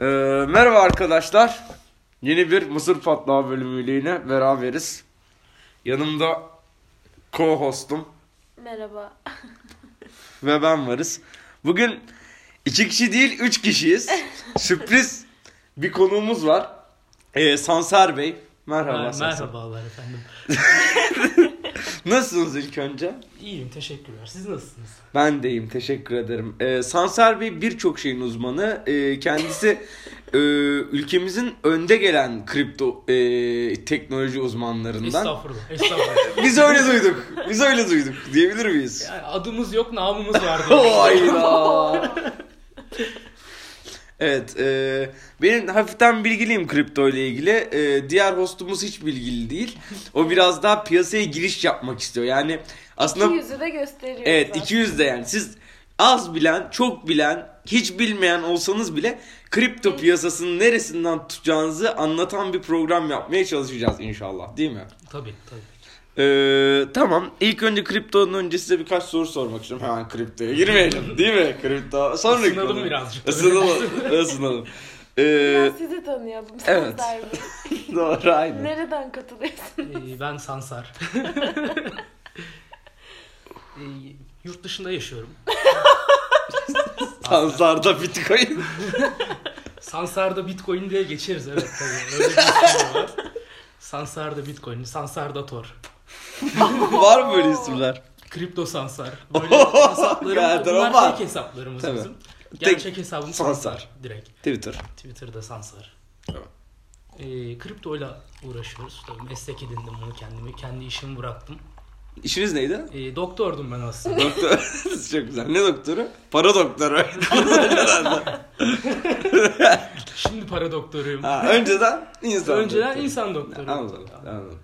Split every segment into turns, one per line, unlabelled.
Ee, merhaba arkadaşlar. Yeni bir Mısır Patlağı bölümüyle yine beraberiz. Yanımda co-hostum
Merhaba.
ve ben varız. Bugün iki kişi değil üç kişiyiz. Sürpriz bir konuğumuz var. Ee, Sanser Bey. Merhaba
Mer-
Sanser.
merhabalar efendim.
Nasılsınız ilk önce?
İyiyim teşekkürler. Siz nasılsınız?
Ben deyim teşekkür ederim. Ee, Sansar Bey birçok şeyin uzmanı. Ee, kendisi e, ülkemizin önde gelen kripto e, teknoloji uzmanlarından.
Estağfurullah. Estağfurullah.
Biz öyle duyduk. Biz öyle duyduk diyebilir miyiz?
yani adımız yok namımız var. diye.
Hayda. Evet, e, benim hafiften bilgiliyim kripto ile ilgili. E, diğer hostumuz hiç bilgili değil. O biraz daha piyasaya giriş yapmak istiyor. Yani aslında
İki yüzü de gösteriyor.
Evet
zaten.
200 de yani siz az bilen, çok bilen, hiç bilmeyen olsanız bile kripto piyasasının neresinden tutacağınızı anlatan bir program yapmaya çalışacağız inşallah değil mi?
tabii tabii.
Ee, tamam ilk önce kriptonun önce size birkaç soru sormak istiyorum. Hemen kriptoya girmeyelim değil mi? Kripto sonra
Isınalım
konu.
birazcık.
Isınalım. ısınalım. Ee,
Biraz sizi tanıyalım.
evet.
Serdar Bey.
doğru aynen.
Nereden katılıyorsun?
Ee, ben Sansar. Ee, yurt dışında yaşıyorum.
Sansarda bitcoin.
Sansar'da Bitcoin diye geçeriz evet tabii. Öyle bir şey var. Sansar'da Bitcoin, Sansar'da Tor.
Var mı böyle isimler?
Kripto Sansar. Böyle hesaplarımız,
Gayet
bunlar
normal.
fake hesaplarımız
Tabii.
bizim. Gerçek hesabım
Sansar.
Sansar direkt.
Twitter.
Twitter'da sansar.
Evet.
Ee, kriptoyla uğraşıyoruz. Tabii meslek edindim bunu kendime. Kendi işimi bıraktım.
İşiniz neydi?
Ee, doktordum ben aslında.
Doktor. Çok güzel. Ne doktoru? Para doktoru.
Şimdi para doktoruyum.
ha, önceden insan
Önceden
doktoru.
insan doktoru.
Anladım. Anladım.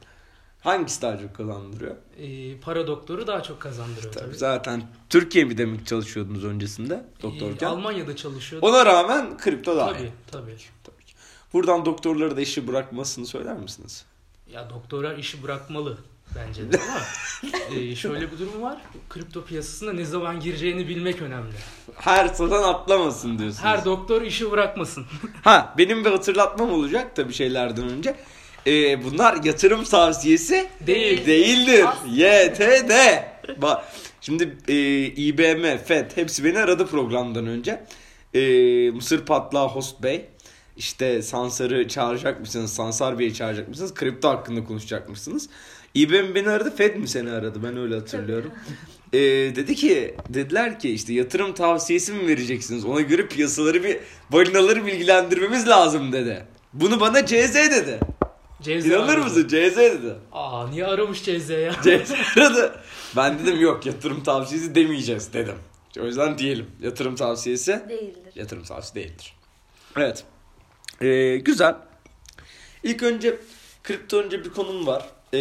Hangisi daha çok kazandırıyor?
Ee, para doktoru daha çok kazandırıyor tabii.
Tabii zaten Türkiye mi demek çalışıyordunuz öncesinde
Ee,
doktorken?
Almanya'da çalışıyordum.
Ona rağmen kripto daha iyi.
Tabii tabii.
Tabii ki. Buradan doktorlara da işi bırakmasını söyler misiniz?
Ya doktora işi bırakmalı bence de ama ee, şöyle bir durum var. Kripto piyasasına ne zaman gireceğini bilmek önemli.
Her satan atlamasın diyorsunuz.
Her doktor işi bırakmasın.
Ha benim bir hatırlatmam olacak tabii şeylerden önce. Ee, bunlar yatırım tavsiyesi
Değil.
değildir.
Aslında.
YTD. Bak şimdi e, İBM, FED E hepsi beni aradı programdan önce. E, Mısır Patlağı Host Bey. İşte Sansar'ı çağıracak mısınız? Sansar Bey'i çağıracak mısınız? Kripto hakkında konuşacak mısınız? İBM beni aradı, FED mi seni aradı? Ben öyle hatırlıyorum. E, dedi ki, dediler ki işte yatırım tavsiyesi mi vereceksiniz? Ona göre piyasaları bir, balinaları bilgilendirmemiz lazım dedi. Bunu bana CZ dedi.
Cevze
İnanır
aradı.
mısın? CZ dedi.
Aa niye aramış Cevze ya?
Cevdet aradı. Ben dedim yok yatırım tavsiyesi demeyeceğiz dedim. O yüzden diyelim. Yatırım tavsiyesi
Değildir.
yatırım tavsiyesi değildir. Evet. Ee, güzel. İlk önce kripto önce bir konum var. Ee,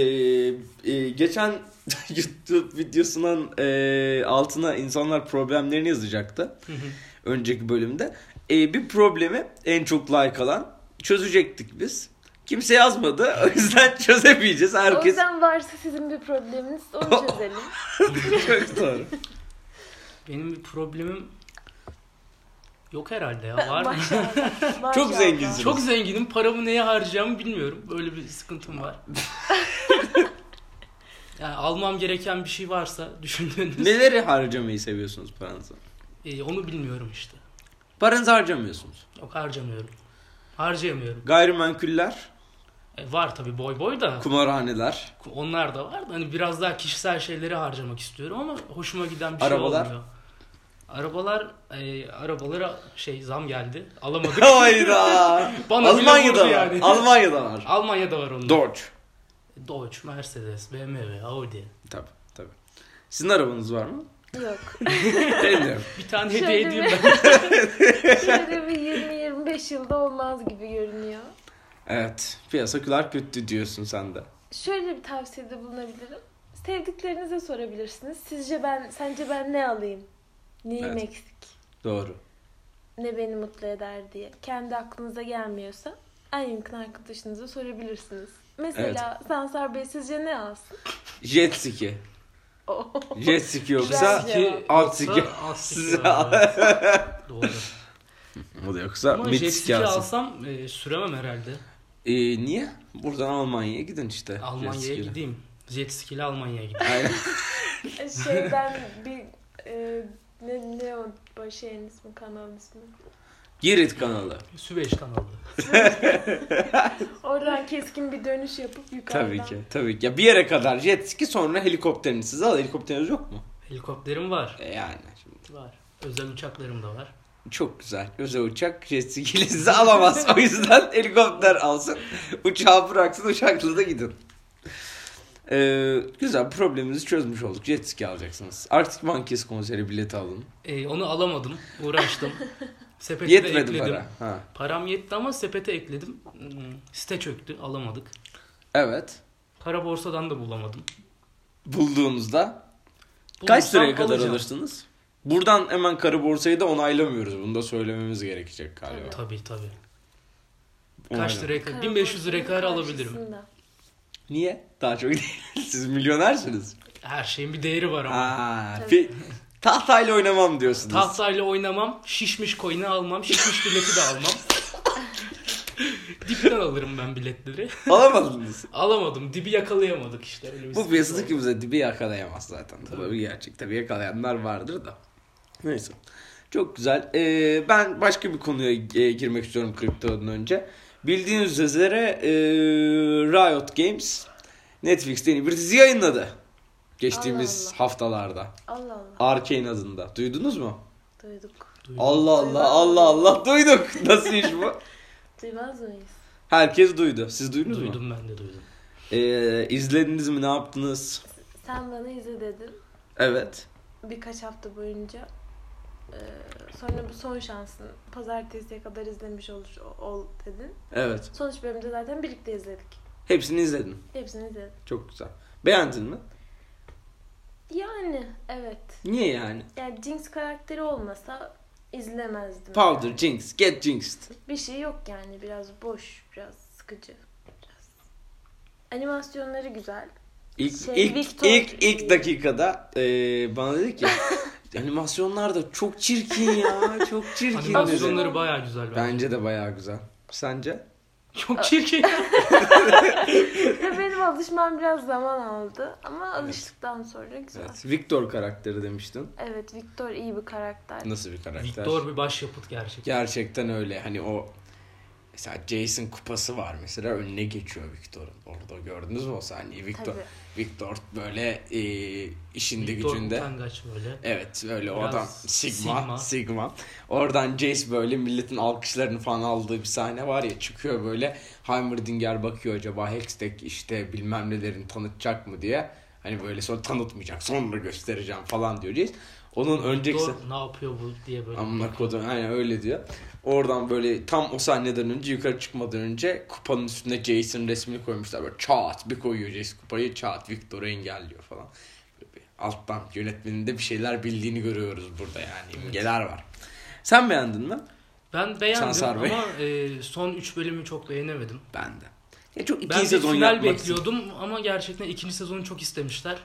e, geçen YouTube videosunun e, altına insanlar problemlerini yazacaktı. önceki bölümde. Ee, bir problemi en çok like alan çözecektik biz. Kimse yazmadı. O yüzden çözemeyeceğiz.
O
Herkes
yüzden varsa sizin bir probleminiz onu çözelim.
Çok doğru.
Benim bir problemim yok herhalde ya. Var mı?
Maşallah.
Çok zenginsin.
Çok zenginim. Paramı neye harcayacağımı bilmiyorum. Böyle bir sıkıntım var. yani almam gereken bir şey varsa düşündüğünüz
Neleri harcamayı seviyorsunuz paranızı?
Ee, onu bilmiyorum işte.
Paranızı harcamıyorsunuz.
Yok harcamıyorum. Harcayamıyorum.
Gayrimenkuller,
E, var tabii boy boy da
kumarhaneler,
onlar da var da hani biraz daha kişisel şeyleri harcamak istiyorum ama hoşuma giden bir
Arabalar?
şey olmuyor. Arabalar e, arabalara şey zam geldi. Alamadık.
Hayda.
Bana bile
Almanya'da
vurdu
var.
yani.
Almanya'da var.
Almanya'da var onlar.
Dodge.
Dodge, Mercedes, BMW, Audi.
Tabii tabii. Sizin arabanız var mı?
Yok.
Benim de yok.
Bir tane
Şöyle
hediye
bir-
edeyim ben.
Şöyle bir 20-25 yılda olmaz gibi görünüyor.
Evet. Piyasalar kötü diyorsun sen de.
Şöyle bir tavsiyede bulunabilirim. Sevdiklerinize sorabilirsiniz. Sizce ben, sence ben ne alayım? Neyim
Evet.
eksik?
Doğru.
Ne beni mutlu eder diye. Kendi aklınıza gelmiyorsa en yakın arkadaşınıza sorabilirsiniz. Mesela Sansar Bey sizce ne alsın?
Jet ski.
Oo.
Jet ski yoksa
şey
Güzel.
alt siki.
Alt siki var, evet. Doğru.
o da Yoksa
Ama jet
Metis
ski
gelsin.
alsam e, süremem herhalde.
Ee, niye? Buradan Almanya'ya gidin işte. jet
Almanya'ya
skiyle.
gideyim. Jet ski ile Almanya'ya gideyim.
Aynen.
Şey ben bir e, ne, ne o bu şeyin ismi kanalın ismi.
Girit kanalı.
Süveyş kanalı.
Oradan keskin bir dönüş yapıp yukarıdan.
Tabii ki. Tabii ki. Ya bir yere kadar jet ski sonra helikopteriniz. Siz al helikopteriniz yok mu?
Helikopterim var.
E yani. Şimdi
Var. Özel uçaklarım da var.
çok güzel. Özel uçak jet skiyle sizi alamaz. o yüzden helikopter alsın. Uçağı bıraksın uçakla da gidin. Ee, güzel problemimizi çözmüş olduk. Jet ski alacaksınız. Artık Monkeys konseri bileti alın.
E, onu alamadım. Uğraştım. Sepete de
Yetmedi
ekledim.
para. Ha.
Param yetti ama sepete ekledim. Hmm, Site çöktü. Alamadık.
Evet.
Kara borsadan da bulamadım.
Bulduğunuzda Kaç
Bulursam
liraya kadar
alacağım.
alırsınız? Buradan hemen karı borsayı da onaylamıyoruz. Bunu da söylememiz gerekecek galiba.
Tabii tabii.
Onaylam-
Kaç liraya kadar?
Karabasan'ın
1500 liraya kadar alabilirim.
karşısında.
Niye? Daha çok değil. Siz milyonersiniz.
Her şeyin bir değeri var ama.
Aa,
Tabii.
bir tahtayla oynamam diyorsunuz.
Tahtayla oynamam, şişmiş coin'i almam, şişmiş bileti de almam. Dipten alırım ben biletleri.
Alamadınız.
Alamadım, dibi yakalayamadık işte. Öyle bir
Bu
sıkıntı
piyasada
var.
kimse dibi yakalayamaz zaten. Tabii
Tabii.
bir gerçek. Tabii yakalayanlar vardır da. Neyse. Çok güzel. Ee, ben başka bir konuya e, girmek istiyorum kriptodan önce. Bildiğiniz üzere e, Riot Games Netflix'te yeni bir dizi yayınladı. Geçtiğimiz
Allah
haftalarda.
Allah Allah
Arcane adında. Duydunuz mu?
duyduk.
Duydum.
Allah Allah Allah Allah duyduk. Nasıl iş bu?
Duymaz mıyız?
Herkes duydu. Siz duydunuz mu?
Duydum ben de duydum.
Ee, izlediniz mi? Ne yaptınız?
Sen bana izle dedin
Evet.
birkaç hafta boyunca. Ee, sonra bu son şansın. Pazartesiye kadar izlemiş olur, ol dedin.
Evet.
Sonuç bölümde zaten birlikte izledik.
Hepsini izledin.
Hepsini izledim.
Çok güzel. Beğendin mi?
Yani evet.
Niye yani?
Yani Jinx karakteri olmasa izlemezdim.
Powder, Jinx, Get Jinxed.
Bir şey yok yani biraz boş, biraz sıkıcı. Biraz. Animasyonları güzel.
İlk,
Şey,
ilk,
Victor-
ilk, ilk dakikada eee, bana dedi ki animasyonlar da çok çirkin ya. Çok
Hani
çirkin dedi.
Animasyonlar-
Animasyonları baya güzel bence.
Bence de bayağı güzel. Sence?
Çok çirkin.
Ve benim alışmam biraz zaman aldı ama alıştıktan sonra güzel. Evet.
Evet. Victor karakteri demiştin.
Victor iyi bir karakter.
Nasıl bir karakter?
Victor bir başyapıt gerçekten.
Gerçekten öyle. Hani o mesela Jason kupası var mesela önüne geçiyor Victor'un. Orada gördünüz mü o sahneyi? Victor
Tabii.
Victor böyle e, işinde
Victor
gücünde.
utangaç böyle.
Evet öyle o
Biraz
adam Sigma, Sigma
Sigma.
Oradan Jace böyle milletin alkışlarını falan aldığı bir sahne var ya çıkıyor böyle Heimerdinger bakıyor acaba Hextech işte bilmem nelerini tanıtacak mı diye. Hani böyle sonra tanıtmayacak sonra göstereceğim falan diyor Jace. Onun önceki
Victor ne yapıyor bu diye böyle.
Amına kodum aynen öyle diyor. Oradan böyle tam o sahneden önce yukarı çıkmadan önce kupanın üstüne Jason resmini koymuşlar. Böyle çat bir koyuyor Jason kupayı çat Victor'u engelliyor falan. Böyle bir alttan yönetmeninde bir şeyler bildiğini görüyoruz burada yani. İmgeler var. Sen beğendin mi?
Ben beğendim
Sansar Bey.
ama e, son 3 bölümü çok beğenemedim.
Ben de. Ya çok ikinci
Ben bir
sezon
final
yapmak istedim.
bekliyordum ama gerçekten ikinci sezonu çok istemişler.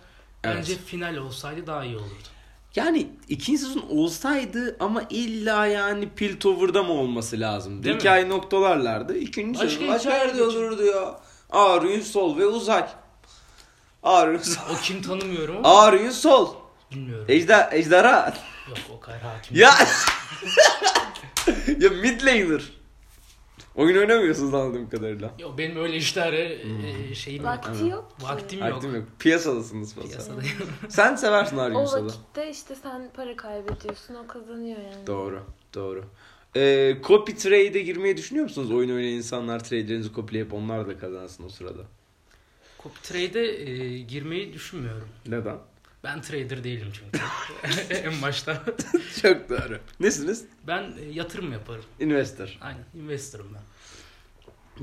Bence final olsaydı daha iyi olurdu.
Yani ikinci sezon olsaydı ama illa yani Piltover'da mı olması lazımdı?
Değil mi?
hikaye noktalarlardı. İkinci
Başka şey
sezon başka
hikaye
yerde
geçin.
olurdu ya. Arun Sol ve Uzay. Arun Sol.
O kim tanımıyorum ama
Arun Sol.
bilmiyorum.
Ejder, ejderha.
Yok o kadar hakim.
Ya. ya mid laner. Oyun oynamıyorsunuz anladığım kadarıyla.
Yok benim öyle işlere e, şeyim yok.
Vakti yok ki.
Vaktim yok.
Aktif Hmm. yok. Piyasadasınız fazla.
Piyasadayım.
Sen seversin Arun
O
Sol'u.
vakitte işte sen para kaybediyorsun o kazanıyor yani.
Doğru. Doğru. Ee, copy trade'e girmeyi düşünüyor musunuz? Oyun oynayan insanlar trade'lerinizi kopyalayıp onlar da kazansın o sırada.
Cop trade'e e, girmeyi düşünmüyorum.
Neden?
Ben trader değilim çünkü. en başta.
Çok doğru. Nesiniz?
Ben e, yatırım yaparım.
Investor.
Aynen. Investor'ım ben.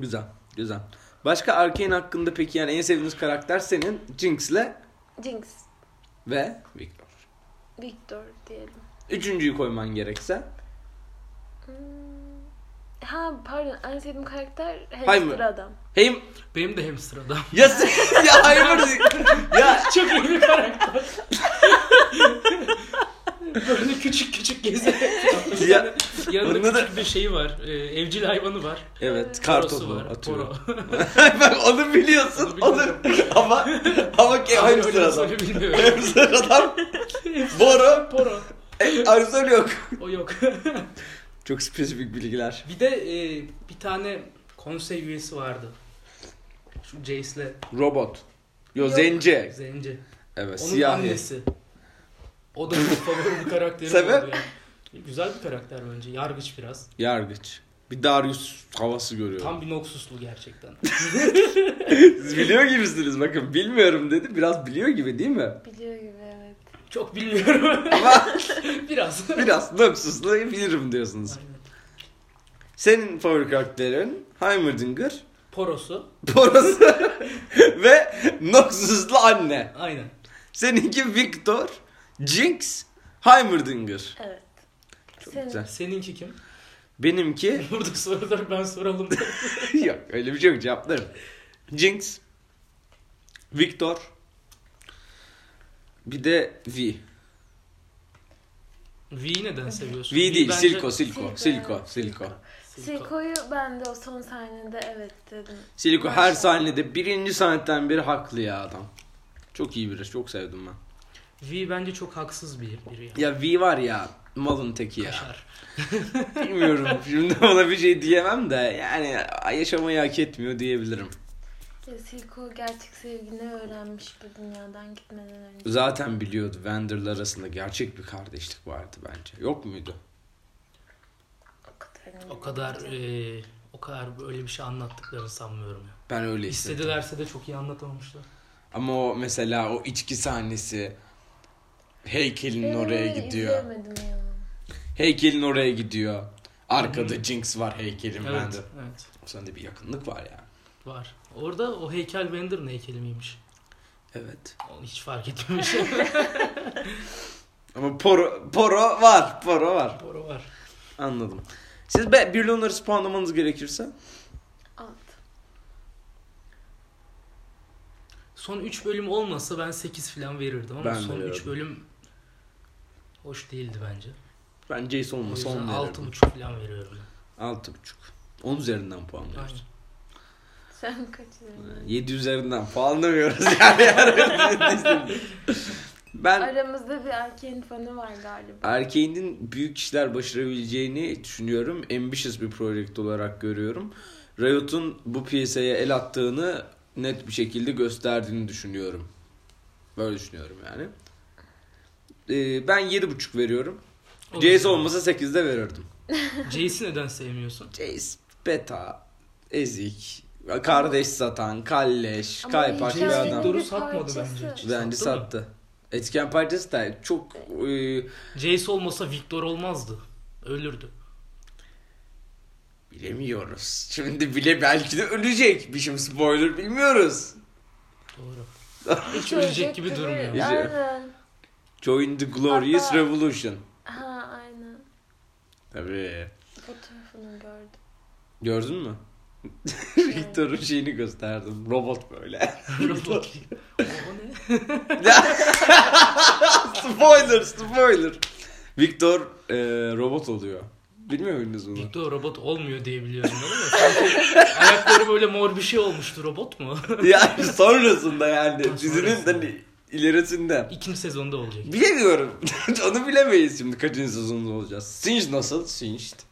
Güzel. Güzel. Başka Arkane hakkında peki yani en sevdiğiniz karakter senin Jinx'le
Jinx,
ve Victor.
Victor diyelim.
Üçüncüyü koyman gerekse.
Hmm. Ha pardon en sevdiğim karakter
Hay mı?
hamster adam.
Hem
Benim de hem sırada.
ya sen- ya hayır ya
Çok iyi bir karakter. Böyle küçük küçük geziyor.
Ya,
Yanında
Bunda da-
küçük bir şeyi var. e, evcil hayvanı var.
evet
Korosu
kartopu
Ee, var.
atıyor.
Koro.
Bak onu biliyorsun.
Onu
Onu
biliyorum.
ama ama ki
Hayır,
hangi sıradan?
öyle söyle bilmiyorum.
Hem sıradan Bora
Poro.
Arizona yok.
O yok.
Çok spesifik bilgiler.
bir de e, bir tane konsey üyesi vardı. Şu Jace'le
Robot. Yo
Yok.
zence.
Zenci.
Evet
Onun
siyahi.
annesi. O da benim favori bir karakterim
Sebep?
oldu yani. Güzel bir karakter bence. Yargıç biraz.
Yargıç. Bir Darius havası görüyorum.
Tam bir noksuslu gerçekten.
Siz biliyor gibisiniz bakın. Bilmiyorum dedi. Biraz biliyor gibi değil mi?
Biliyor gibi evet.
Çok bilmiyorum.
Ama
biraz.
biraz nöksüzlüğü bilirim diyorsunuz.
Aynen.
Senin favori karakterin Heimerdinger,
Porosu.
Boros ve nöksüzlü anne.
Aynen.
Seninki Victor, Jinx, Heimerdinger.
Evet.
Çok
Senin-
güzel.
Seninki kim?
Benimki
Burada sorular ben soralım.
yok öyle bir şey yok cevaplarım. Jinx, Victor, bir de V.
V'yi neden seviyorsun?
V değil,
bence-
Silko, Silko, Silko, Silko.
Silko.
Silko'yu ben de o son sahnede evet dedim.
Siliko her
Maşallah.
sahnede birinci sahnetten beri haklı ya adam. Çok iyi biri, çok sevdim ben.
V bence çok haksız bir biri ya.
Ya V var ya, malın teki ya.
Kaşar.
Bilmiyorum, şimdi ona bir şey diyemem de yani yaşamayı hak etmiyor diyebilirim.
Ya Silko gerçek sevgini öğrenmiş bu dünyadan gitmeden önce.
Zaten biliyordu, Vander'la arasında gerçek bir kardeşlik vardı bence. Yok muydu?
O kadar.
O kadar e, o kadar böyle bir şey anlattıklarını sanmıyorum ya.
Ben öyle hissettim.
İstedilerse de çok iyi anlatamamışlar.
Ama o mesela o içki sahnesi heykelin
Ben
oraya
onu
gidiyor.
izleyemedim ya.
Heykelin oraya gidiyor. Arkada
Hı.
Jinx var heykelin
Evet,
bende.
evet.
Sende bir yakınlık var ya.
Var. Orada o heykel Bender'ın heykeli miymiş?
Evet.
Onu hiç fark etmemiş.
Ama poro, poro var. Poro var.
Doğru var.
Anladım. Siz be, bir Lunar'ı puanlamanız gerekirse.
Alt.
Son 3 bölüm olmasa ben 8 falan verirdim ama
Ben de
son 3
verirdim.
bölüm hoş değildi bence.
Ben Jace
O
olmasa 10
yüzden
veririm.
6.5 falan veriyorum.
6.5. 10 üzerinden
Aynen.
puanlıyoruz.
Sen kaçırdın.
7 üzerinden puanlamıyoruz yani. ben
Aramızda bir erkeğin fanı var galiba.
erkeğinin büyük işler başarabileceğini düşünüyorum. Ambitious bir project olarak görüyorum. Riot'un bu piyasaya el attığını net bir şekilde gösterdiğini düşünüyorum. Böyle düşünüyorum yani. Ee, ben 7.5 veriyorum.
O
Jace
yüzden-
olmasa 8'de verirdim.
Jace'i neden sevmiyorsun?
Jace, Beta, Ezik, Kardeş Satan, Kalleş,
Ama
Kaypak
hikayenin
bir adam.
bir
Doğru satmadı
parçası.
bence hiç.
Bence
Sattı mı?
sattı. Etken parçası da çok e,
Jace olmasa Victor olmazdı. Ölürdü.
Bilemiyoruz. Şimdi bile belki de ölecek. Bir şey spoiler bilmiyoruz.
Doğru.
Hiç
ölecek gibi durmuyor.
Hiç-
Aynen.
Join the Glorious
Hatta-
Revolution.
Ha aynen.
Tabii.
Fotoğrafını gördüm.
Gördün mü? Victor'un şeyini gösterdim. Robot böyle.
Robot. o, o ne?
spoiler, spoiler. Victor e, robot oluyor. Bilmiyor muydunuz bunu?
Victor robot olmuyor diye biliyorum ben ama sanki ayakları böyle mor bir şey olmuştu robot mu?
yani sonrasında yani. Dizinin
Sonrasında.
hani ilerisinde.
İkinci sezonda olacak.
Bilemiyorum. Onu bilemeyiz şimdi kaçıncı sezonda olacağız. Singed nasıl? Singed.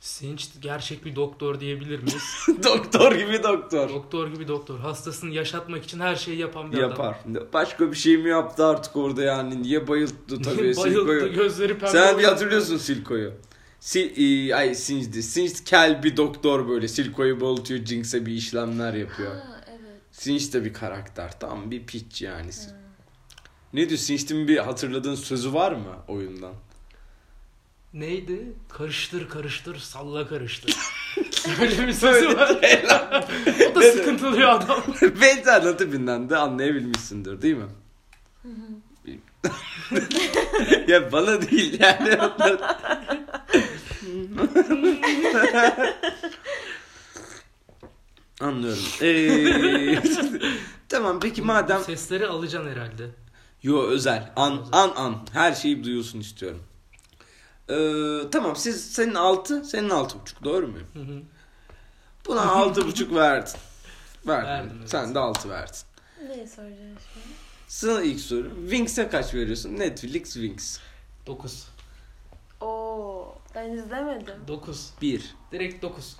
Sinch gerçek bir doktor diyebilir miyiz?
doktor gibi doktor.
doktor gibi doktor. Hastasını yaşatmak için her şeyi yapan bir adam.
Yapar. Başka bir şey mi yaptı artık orada yani? Niye bayılttı tabii
Bayıldı
Silko'yu?
gözleri pembe.
Sen bir
oldu.
hatırlıyorsun Silko'yu. Si e, ay Sinç'di. Sinç kel bir doktor böyle. Silko'yu boğultuyor. Jinx'e bir işlemler yapıyor.
Ha evet.
Sinç de bir karakter. Tam bir piç yani. Ne diyor? Sinç'in bir hatırladığın sözü var mı oyundan?
Neydi? Karıştır karıştır salla karıştır. Böyle bir şey sesi var. O da
Evet.
sıkıntılı bir adam.
Belki anlatıbinden de anlayabilmişsindir değil mi? ya bana değil yani. Anlıyorum. Ee, tamam peki madem
Sesleri alacaksın herhalde.
Yo özel. An an an. Her şeyi duyulsun istiyorum. Ee, tamam siz senin 6 senin altı buçuk doğru mu?
Hı hı.
Buna altı buçuk verdin. Verdin.
Verdim, evet.
Sen de altı verdin.
Neyi soracaksın şimdi?
Sana ilk soru. Winx'e kaç veriyorsun? Netflix Winx.
9.
Oo, ben izlemedim.
9.
1.
Direkt 9.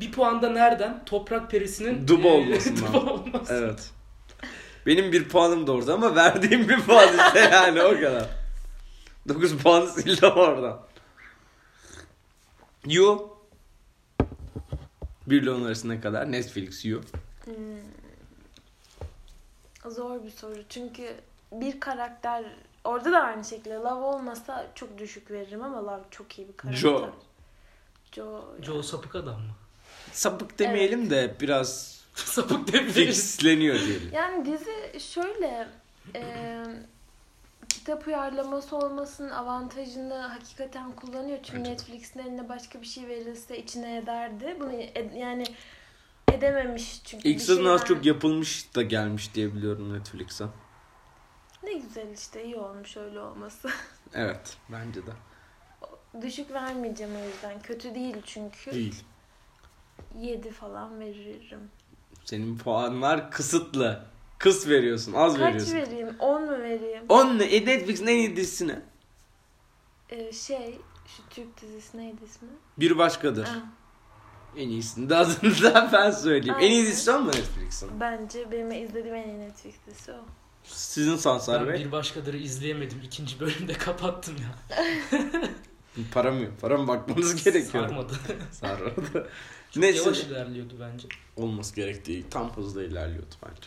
Bir puan da nereden? Toprak perisinin e,
Duba
eee,
olmasından.
duba olması.
Evet. Benim bir puanım da orada ama verdiğim bir puan işte yani o kadar. 9 puan sildim oradan. You. Bir ile on arasına kadar Netflix You.
Hmm. Zor bir soru çünkü bir karakter orada da aynı şekilde Love olmasa çok düşük veririm ama Love çok iyi bir karakter.
Joe.
Joe.
Joe sapık adam mı?
Sapık demeyelim de biraz
sapık demeyiz.
fixleniyor diyelim.
Yani dizi şöyle e, kitap uyarlaması olmasının avantajını hakikaten kullanıyor. Çünkü
Bence de.
Netflix'in eline başka bir şey verilse içine ederdi. Bunu ed- yani edememiş çünkü.
İlk
bir
sezon az
şeyler-
çok yapılmış da gelmiş diye biliyorum Netflix'e.
Ne güzel işte iyi olmuş öyle olması.
Evet bence de.
Düşük vermeyeceğim o yüzden. Kötü değil çünkü.
Değil.
7 falan veririm.
Senin puanlar kısıtlı. Kıs veriyorsun az
Kaç
veriyorsun.
vereyim? 10 mu vereyim?
10 ne? E, Netflix'in en iyi dizisine.
Ee, şey şu Türk dizisi neydi ismi?
Bir başkadır.
Ah,
En iyisini de adını da ben söyleyeyim. En iyi
Aynen.
dizisi o mu Netflix'in?
bence benim izlediğim en iyi Netflix dizisi o.
Sizin Sansar
Ben
Bey.
bir başkaları izleyemedim. İkinci bölümde kapattım ya.
Para mı? Para mı bakmanız gerekiyor?
Sarmadı.
Sarmadı.
Çok yavaş
Neyse.
ilerliyordu bence.
Olması gerektiği tam hızla ilerliyordu bence.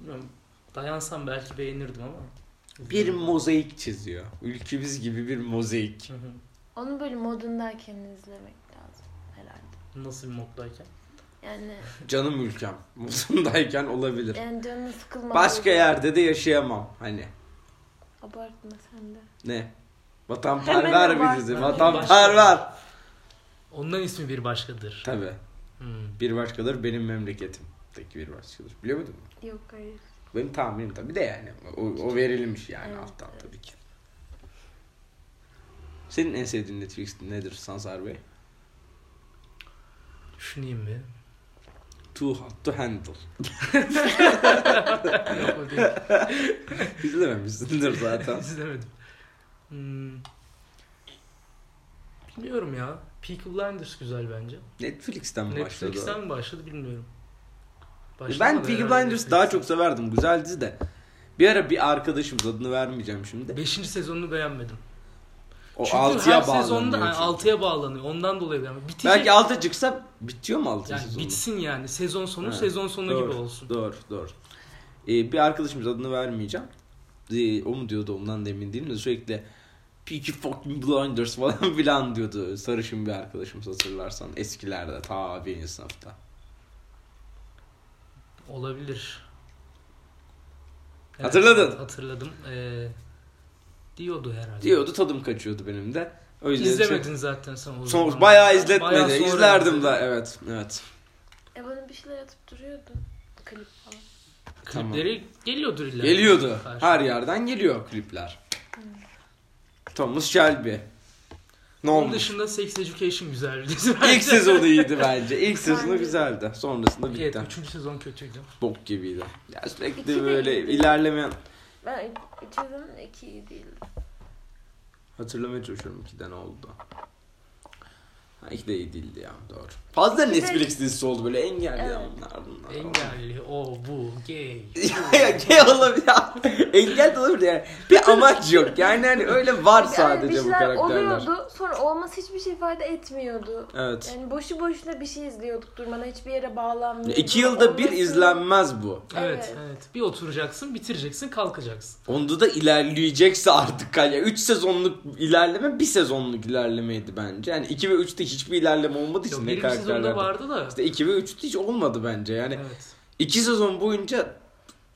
Bilmiyorum. Dayansam belki beğenirdim ama.
Bir
Hmm.
mozaik çiziyor. Ülkemiz gibi bir mozaik.
Hı hı.
Onu böyle modundayken izlemek lazım herhalde.
Nasıl bir moddayken?
Yani,
Canım ülkem. Muzundayken olabilir.
yani canını sıkılmadan...
Başka yerde de yaşayamam. Hani
Abartma sen de.
ne?
Hemen
Vatanperver bir
abartma.
dizi.
Başka.
Vatanperver.
Ondan ismi bir başkadır.
Tabii.
Hmm.
Bir başkadır benim memleketim. Tek bir başkadır. Biliyor muydun?
Yok hayır.
Benim tahminim tabii de yani. O, o verilmiş yani
Evet,
alttan
evet.
tabii ki. Senin en sevdiğin Netflix nedir Sansar Bey?
Düşüneyim bir.
Too Hot to Handle.
Yok o değil.
İzlememişsindir zaten.
İzlemedim. Hmm. Bilmiyorum ya. Peaky Blinders güzel bence.
Netflix'ten mi başladı?
Netflix'ten mi başladı bilmiyorum.
ben
Başlamadı
Peaky
herhalde
Blinders daha çok
Netflix'ten.
severdim. Güzeldi de. Bir ara bir arkadaşımız adını vermeyeceğim şimdi.
Beşinci sezonunu beğenmedim.
O
Çünkü
6'ya
her sezonda
bağlanıyor.
yani
çünkü.
6'ya bağlanıyor. Ondan dolayı beğenmedim. Bitecek.
Belki 6 çıksa bitiyor mu 6
yani
sezonu?
bitsin yani. Sezon sonu
Ha,
sezon sonu
doğru,
gibi olsun.
Doğru doğru. Ee, bir arkadaşımız adını vermeyeceğim. Ee, o mu diyordu ondan da emin değilim de sürekli Peaky fucking blinders falan filan diyordu. Sarışın bir arkadaşımız hatırlarsan eskilerde ta birinci sınıfta.
Olabilir.
Hatırladın.
Hatırladım. Ee, diyordu herhalde.
Diyordu tadım kaçıyordu benim de. O yüzden
İzlemedin zaten sen o
Şey,
zaman.
son, bayağı
Bayağı
izletmedi.
sonra
İzlerdim
izledim.
de evet. Evet.
E bana bir şeyler atıp duruyordu. Klip falan.
Klipleri geliyordur illa.
Geliyordu.
Karşı.
Her yerden geliyor klipler. Thomas Shelby. Ne
Onun
olmuş?
dışında Sex Education güzeldi. İlk
İlk sezonu iyiydi bence. İlk sezonu
Bence de.
güzeldi. Sonrasında bitti.
Evet, üçüncü sezon kötüydü.
bok gibiydi. Ya sürekli
İki de
böyle
iyiydi.
ilerlemeyen
Ben üç sezonun iki iyi değildi.
hatırlamaya çalışıyorum ikiden oldu. Ha iki de iyi değildi ya doğru. Fazla
de-
Netflix dizisi oldu böyle engelli
Evet.
ya bunlar bunlar.
Engelli, o, bu, gay.
ya ya, şey olabilir ya. Engel de olabilir yani. Bir amaç yok. Yani hani öyle var
bir
sadece bu
şeyler
karakterler.
oluyordu sonra olması hiçbir şey fayda etmiyordu.
Evet.
Yani boşu boşuna bir şey izliyorduk durmadan hiçbir yere bağlanmıyordu.
İki yılda bir
Olması-
izlenmez bu.
Evet,
Evet.
evet. Bir oturacaksın, bitireceksin, kalkacaksın.
Onda da ilerleyecekse artık ya 3 sezonluk ilerleme bir sezonluk ilerlemeydi bence. Yani 2 ve 3'te hiçbir ilerleme olmadı
Yok,
için ne
birinci sezonda
karakterler.
vardı da.
İşte 2 ve 3 hiç olmadı bence. Yani
Evet.
2 sezon boyunca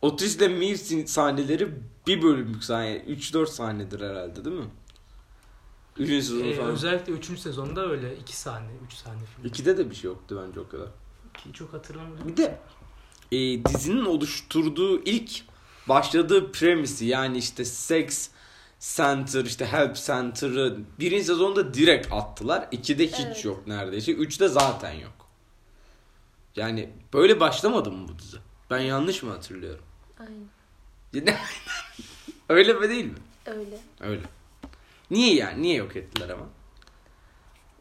Otis'le Miv sin- sahneleri bir bölümlük sahne. 3-4 sahnedir herhalde değil mi? 3. sezon
Ee,
falan.
özellikle üçüncü sezonda öyle iki sahne, üç sahne falan.
2'de de bir şey yoktu bence o kadar.
İki. Çok hatırlamıyorum.
Bir de e, dizinin oluşturduğu ilk başladığı premisi yani işte seks center işte help center'ı birinci sezonda direkt attılar. İkide hiç
Evet.
yok neredeyse. Üçte zaten yok. Yani böyle başlamadı mı bu dizi? Ben yanlış mı hatırlıyorum?
Aynen
Öyle mi değil mi?
öyle.
Öyle. Niye yani? Niye yok ettiler ama?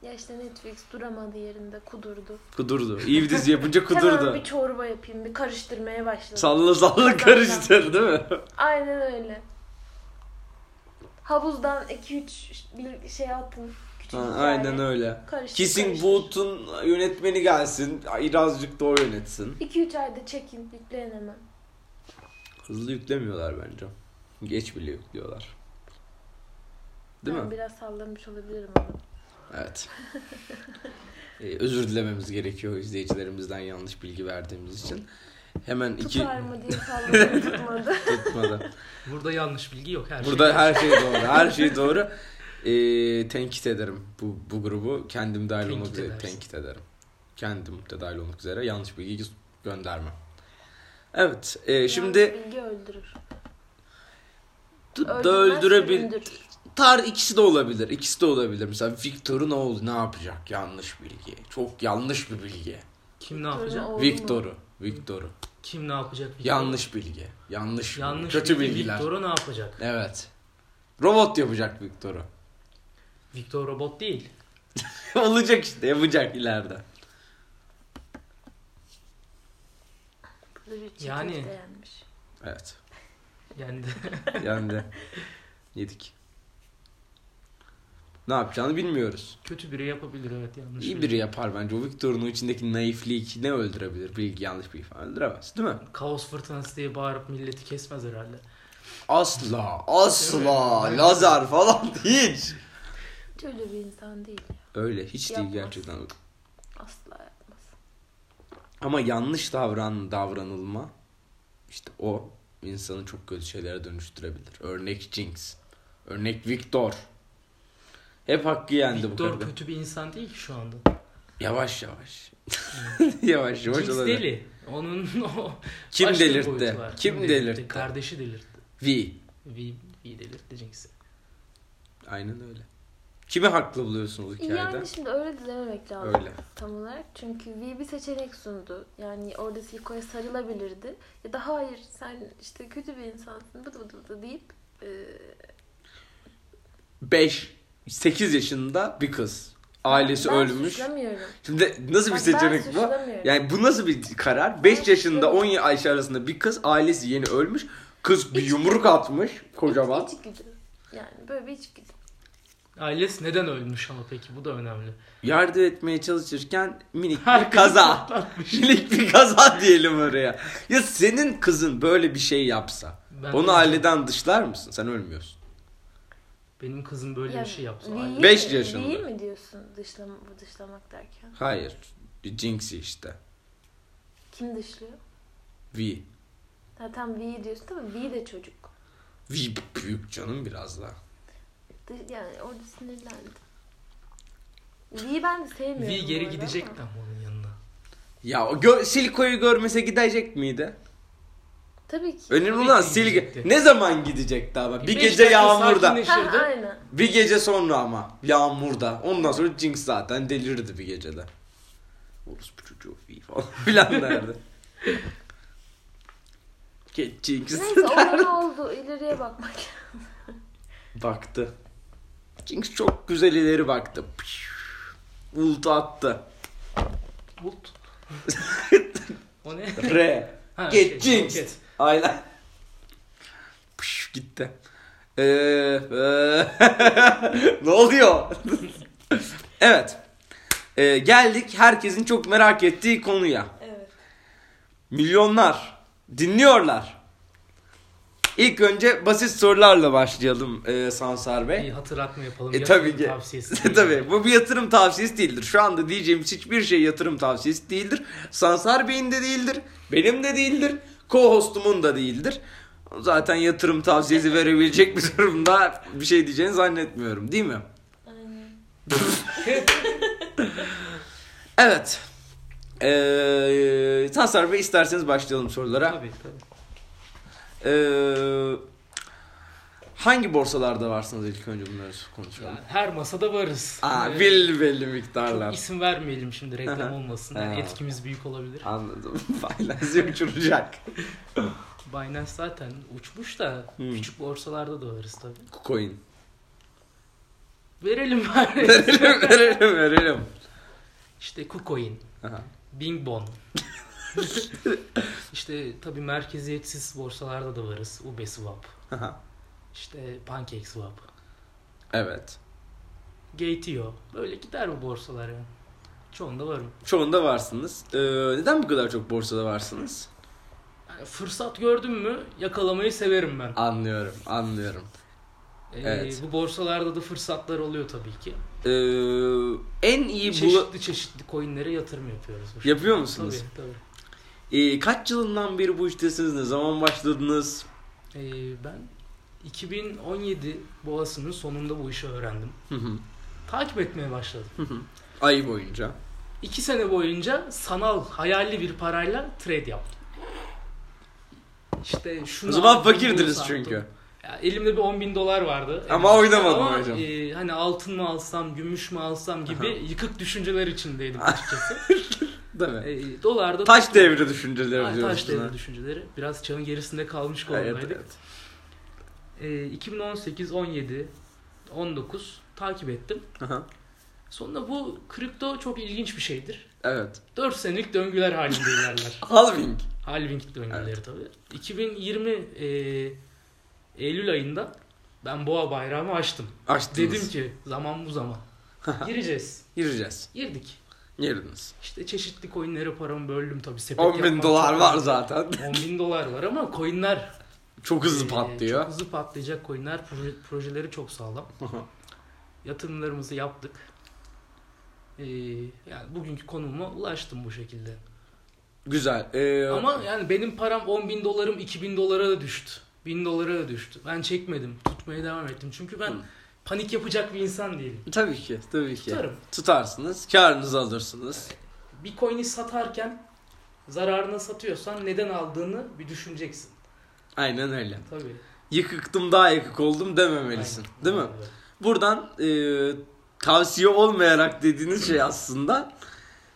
Ya işte Netflix duramadı yerinde kudurdu.
Kudurdu. İyi bir dizi yapınca
Hemen
kudurdu.
bir çorba yapayım bir karıştırmaya başladı.
Salla salla karıştır değil mi?
Aynen öyle. Havuzdan 2-3 bir şey attım. Küçük
Ha,
bir
aynen
tane.
öyle.
Karıştır,
Kissing Booth'un yönetmeni gelsin. Birazcık da o yönetsin.
2-3 ayda çekin yükleyin hemen.
Hızlı yüklemiyorlar bence. Geç bile yüklüyorlar. Değil
ben
mi?
biraz sallamış olabilirim ama.
Evet. Ee, özür dilememiz gerekiyor izleyicilerimizden yanlış bilgi verdiğimiz için. Hemen iki
Tutar mı diye salladım tutmadı.
tutmadı.
Burada yanlış bilgi yok. Her
Burada
şey.
her şey doğru. Her şey doğru. Ee, tenkit ederim bu, bu grubu. Kendim dahil
Tenkit
olmak üzere
edersin.
tenkit ederim. Kendim de dahil olmak üzere yanlış bilgi göndermem. Evet. e, şimdi
Yalnız bilgi öldürür.
d- da
Öldürmez,
öldürebil...
süründürür.
Tar ikisi de olabilir. İkisi de olabilir. Mesela Victor'u ne oldu? Ne yapacak? Yanlış bilgi. Çok yanlış bir bilgi.
Kim ne yapacak?
Oldu mu?
Victor'u. Victor'u.
Kim ne yapacak? bilgi
Yanlış bilgi. Yanlış,
yok. Yanlış
kötü
bilgi.
bilgiler.
Victor'u ne yapacak?
Evet. Robot yapacak Victor'u.
Victor robot değil.
Olacak işte yapacak ileride.
Böyle çiğ
Yani-
köfte yenmiş.
Evet.
Yani de
Yani de yedik. Ne yapacağını bilmiyoruz.
kötü biri yapabilir evet yanlış.
İyi
bilgi.
biri yapar bence. O Victor'un o içindeki naifliği ne öldürebilir? Bilgi yanlış bilgi falan öldüremez değil mi?
Kaos fırtınası diye bağırıp milleti kesmez herhalde.
Asla. Asla. Lazer falan hiç.
Hiç öyle bir insan değil. ya.
Öyle hiç değil
Yapmaz.
gerçekten.
Asla yapmaz.
Ama yanlış davran davranılma işte o insanı çok kötü şeylere dönüştürebilir. Örnek Jinx. Örnek Victor. Hep hakkı yendi bu
Victor
kadar.
kötü bir insan değil ki şu anda.
Yavaş yavaş. yavaş yavaş
Jinx
olabilir.
deli. Onun o
Kim
başka bir
delirtti?
boyutu var.
Kim delirtti?
Kardeşi delirtti.
V.
V, v delirtti Jinx'i.
Aynen öyle. Kimi haklı buluyorsunuz hikayede?
Yani şimdi öyle de dememek lazım.
Öyle.
Tam olarak. Çünkü V bir seçenek sundu. Yani orada Siko'ya sarılabilirdi. Ya da hayır sen işte kötü bir insansın bıdı bıdı bıdı deyip e,
5 8 yaşında bir kız. Ailesi
ben
ölmüş.
suçlamıyorum.
Şimdi nasıl bir
Bak, ben
seçenek bu?
suçlamıyorum.
Yani bu nasıl bir karar? 5
Ben
yaşında 10 yaş arasında bir kız ailesi yeni ölmüş. Kız bir yumruk atmış kocaman.
İç, içgüdü. Yani böyle bir içgüdü.
Ailesi neden ölmüş ama peki bu da önemli.
Yardım etmeye çalışırken minik bir
Herkesi
kaza.
patlatmış.
minik bir kaza diyelim oraya. Ya senin kızın böyle bir şey yapsa
Ben
onu
de-
aileden dışlar mısın? Sen ölmüyorsun.
Benim kızım böyle
Yani
bir şey yapsa.
V'yi
aile-
mi-
Beş yaşında.
V'yi mi diyorsun dışlam dışlamak derken?
Hayır. Jinx'i işte.
Kim dışlıyor?
V.
Ha, tam V'yi diyorsun değil mi? V de çocuk.
V büyük canım biraz daha.
Dış- Yani orada sinirlendim. V'yi ben de sevmiyorum.
V
bu
geri
arada ama.
gidecekti ama onun yanına.
Ya o gö- Silko'yu görmese gidecek miydi?
Tabii ki.
Önemli
Tabii
olan
ki
Silko.
gidecekti.
Ne zaman gidecek daha bak? Bir,
Beş
gece
dakika
yağmurda.
sakinleş-
Ha,
Şurada-
aynen.
Bir gece sonra ama. Yağmurda. Ondan sonra Jinx zaten delirirdi bir gecede. Orospu çocuğu iyi falan filan derdi. Geç Jinx
Neyse ona ne oldu ileriye bakmak.
baktı. Jinx çok güzel ileri baktı. Ultu attı.
Bulut. o ne?
Re.
Ha,
Get
şey,
Jinx.
roket.
Aynen. Püş, gitti. Ee, ee, ne oluyor? evet. Ee, geldik herkesin çok merak ettiği konuya.
Evet.
Milyonlar dinliyorlar. İlk önce basit sorularla başlayalım ee, Sansar Bey.
Bir hatırlatma yapalım.
E
yatırım
tabii ki.
Tavsiyesi.
E, tabii bu bir yatırım tavsiyesi değildir. Şu anda diyeceğimiz hiçbir şey yatırım tavsiyesi değildir. Sansar Bey'in de değildir. Benim de değildir. Co-host'umun da değildir. Zaten yatırım tavsiyesi verebilecek bir durumda bir şey diyeceğini zannetmiyorum değil mi?
Aynen.
Evet. Ee, Sansar Bey isterseniz başlayalım sorulara.
Tabii tabii.
Ee, Ee, hangi borsalarda varsınız ilk önce bunları konuşalım.
Yani her masada varız.
Aa,
Ee,
belli belli
çok
miktarlar.
isim vermeyelim şimdi reklam olmasın. Yani
Ha.
etkimiz büyük olabilir.
Anladım. Binance'i uçuracak.
Binance zaten uçmuş da
Hmm.
küçük borsalarda da varız tabii.
Coin.
Verelim bari.
verelim verelim verelim.
işte KuCoin,
Aha.
Bingbon. işte tabii merkeziyetsiz borsalarda da varız. Ubeswap,
Aha.
işte PancakeSwap,
evet.
Gate.io. Böyle gider bu borsalar yani. Çoğunda varım.
Çoğunda varsınız. Ee, neden bu kadar çok borsada varsınız?
Yani fırsat gördüm mü yakalamayı severim ben.
Anlıyorum, anlıyorum.
Ee,
Evet.
Bu borsalarda da fırsatlar oluyor tabii ki.
Ee, en iyi bu...
Çeşitli çeşitli coinlere yatırım yapıyoruz. bu
Yapıyor
şekilde.
musunuz?
Tabii tabii.
Ee, kaç yılından beri bu iştesiniz? Ne zaman başladınız?
Ee, ben 2017 boğasının sonunda bu işi öğrendim.
Hı hı,
Takip etmeye başladım.
hı hı. Ay boyunca.
İki sene boyunca sanal, hayali bir parayla trade yaptım. İşte şunu
O zaman
aldım, bunu
fakirdiniz
sattım.
çünkü.
Ya, elimde bir 10 bin dolar vardı.
Ama oynamadın
Ama,
hocam.
e, hani altın mı alsam, gümüş mü alsam gibi yıkık düşünceler içindeydim açıkçası.
Değil mi?
e, dolarda
Taş devri düşünceleri
Ay,
diyoruz
taş
buna.
devri düşünceleri. Biraz çağın gerisinde kalmış
Evet,
konumdaydık.
evet.
Ee, 2018, 17, 19 takip ettim.
Aha,
Sonra bu kripto çok ilginç bir şeydir.
evet.
4 senelik döngüler halinde ilerler.
Halving.
Halving döngüleri tabii. 2020 e, Eylül ayında ben boğa bayrağımı açtım.
Açtınız.
Dedim ki zaman bu zaman. Gireceğiz.
Gireceğiz.
Girdik.
Girdiniz.
İşte çeşitli coinlere paramı böldüm tabii. sepet
10 bin
yapmak
dolar
çok-
var zaten.
10 bin dolar var ama coinler
Çok hızlı
Ee, Çok
patlıyor.
hızlı patlayacak coinler. proje- projeleri çok sağlam. Yatırımlarımızı yaptık. Ee, yani bugünkü konuma ulaştım bu şekilde.
Güzel. Ee,
Ama yani benim param 10 bin dolarım 2 bin dolara da düştü. 1000 dolara da düştü. Ben çekmedim. Tutmaya devam ettim. Çünkü ben
Hı.
panik yapacak bir insan değilim.
Tabii ki, tabii ki.
Tutarım.
Tutarsınız, karınızı alırsınız.
Bir coin'i satarken zararına satıyorsan neden aldığını bir düşüneceksin.
Aynen öyle.
Tabii.
Yıkıktım daha yıkık oldum dememelisin.
Aynen.
Değil mi? Buradan e, tavsiye olmayarak dediğiniz şey aslında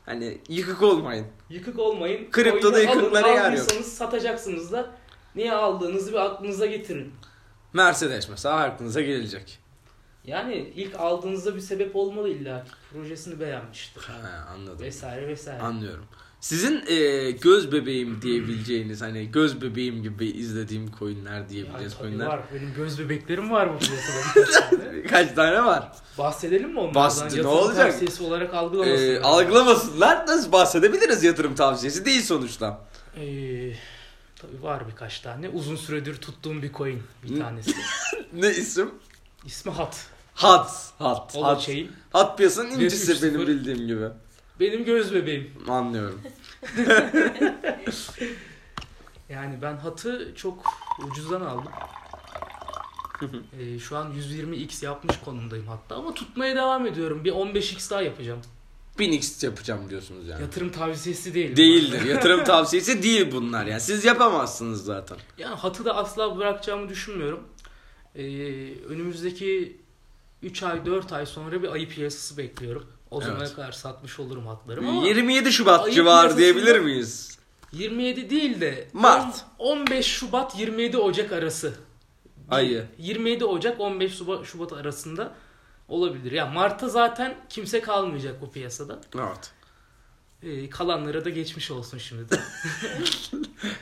hani yıkık olmayın.
Yıkık olmayın.
Kriptoda
Coin'i alın,
yıkıklara yer yok.
Aldıysanız satacaksınız da niye aldığınızı bir aklınıza getirin.
Mercedes mesela aklınıza gelecek.
Yani ilk aldığınızda bir sebep olmalı illa ki. Projesini beğenmiştir.
Ha, anladım.
vesaire vesaire.
Anlıyorum. Sizin e, göz bebeğim diyebileceğiniz hani göz bebeğim gibi izlediğim coinler
Ya
diyebileceğiz
tabii
coinler.
var. Benim göz bebeklerim var bu piyasada. birkaç tane.
Kaç tane var?
Bahsedelim mi onlardan?
Bahsedin,
Yatırım
ne olacak?
tavsiyesi olarak
E,
algılamasınlar.
algılamasınlar nasıl bahsedebiliriz yatırım tavsiyesi değil sonuçta.
Ee, tabii var birkaç tane. Uzun süredir tuttuğum bir coin
Hı.
bir tanesi.
Ne isim?
İsmi Hat.
Hat. Hat. Hat.
Holochain.
Hat piyasanın
şey- Net
incisi
üç
benim
sıfır.
bildiğim gibi.
Benim göz bebeğim.
Anlıyorum.
Yani ben hatı çok ucuzdan aldım. Ee, şu an 120x yapmış konumdayım hatta ama tutmaya devam ediyorum. Bir 15x daha yapacağım.
Phoenix yapacağım diyorsunuz yani.
Yatırım tavsiyesi değil. bu.
Değildir. Yatırım tavsiyesi değil bunlar yani. Siz yapamazsınız zaten.
Yani hatı da asla bırakacağımı düşünmüyorum. Ee, önümüzdeki 3 ay 4 ay sonra bir ayı piyasası bekliyorum. O
Evet.
zamana kadar satmış olurum hatlarımı ama
27 Şubat
Ayıp
civarı
piyasasında-
diyebilir miyiz?
27 değil de
Mart.
on- 15 Şubat 27 Ocak arası.
Ayı.
27 Ocak 15 Şubat, Şubat arasında olabilir. Ya Mart'ta zaten kimse kalmayacak bu piyasada.
Evet.
Ee, kalanlara da geçmiş olsun şimdi de.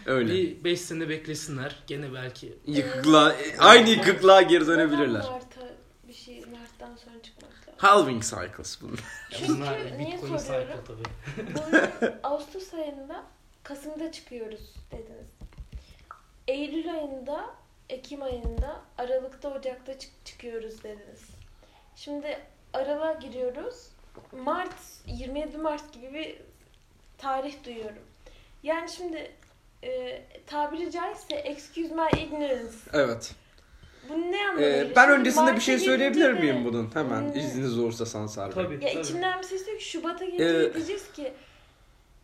Öyle.
bir 5 sene beklesinler. Gene belki
Yıkıkla aynı yıkıklığa geri dönebilirler.
Neden Mart'a bir şey Mart'tan sonra çıkmak lazım?
Halving cycles bunlar.
Ya
Çünkü
bunlar
niye
Bitcoin
soruyorum?
cycle tabii.
Bunu Ağustos ayında Kasım'da çıkıyoruz dediniz. Eylül ayında, Ekim ayında, Aralık'ta, Ocak'ta çık- çıkıyoruz dediniz. Şimdi Aralık'a giriyoruz. Mart, 27 Mart gibi bir tarih duyuyorum. Yani şimdi e, tabiri caizse excuse my ignorance.
Evet.
Bunu ne
Ee,
anlamı geliyor?
ben
Şimdi
öncesinde bir
Mart'a
şey söyleyebilir
girince de-
miyim bunun? Hemen
Hmm.
izniniz olursa Sansar Bey.
Tabii.
Ya
tabii.
içimden bir ses diyor ki Şubat'a
Ee,
gelince diyeceğiz ki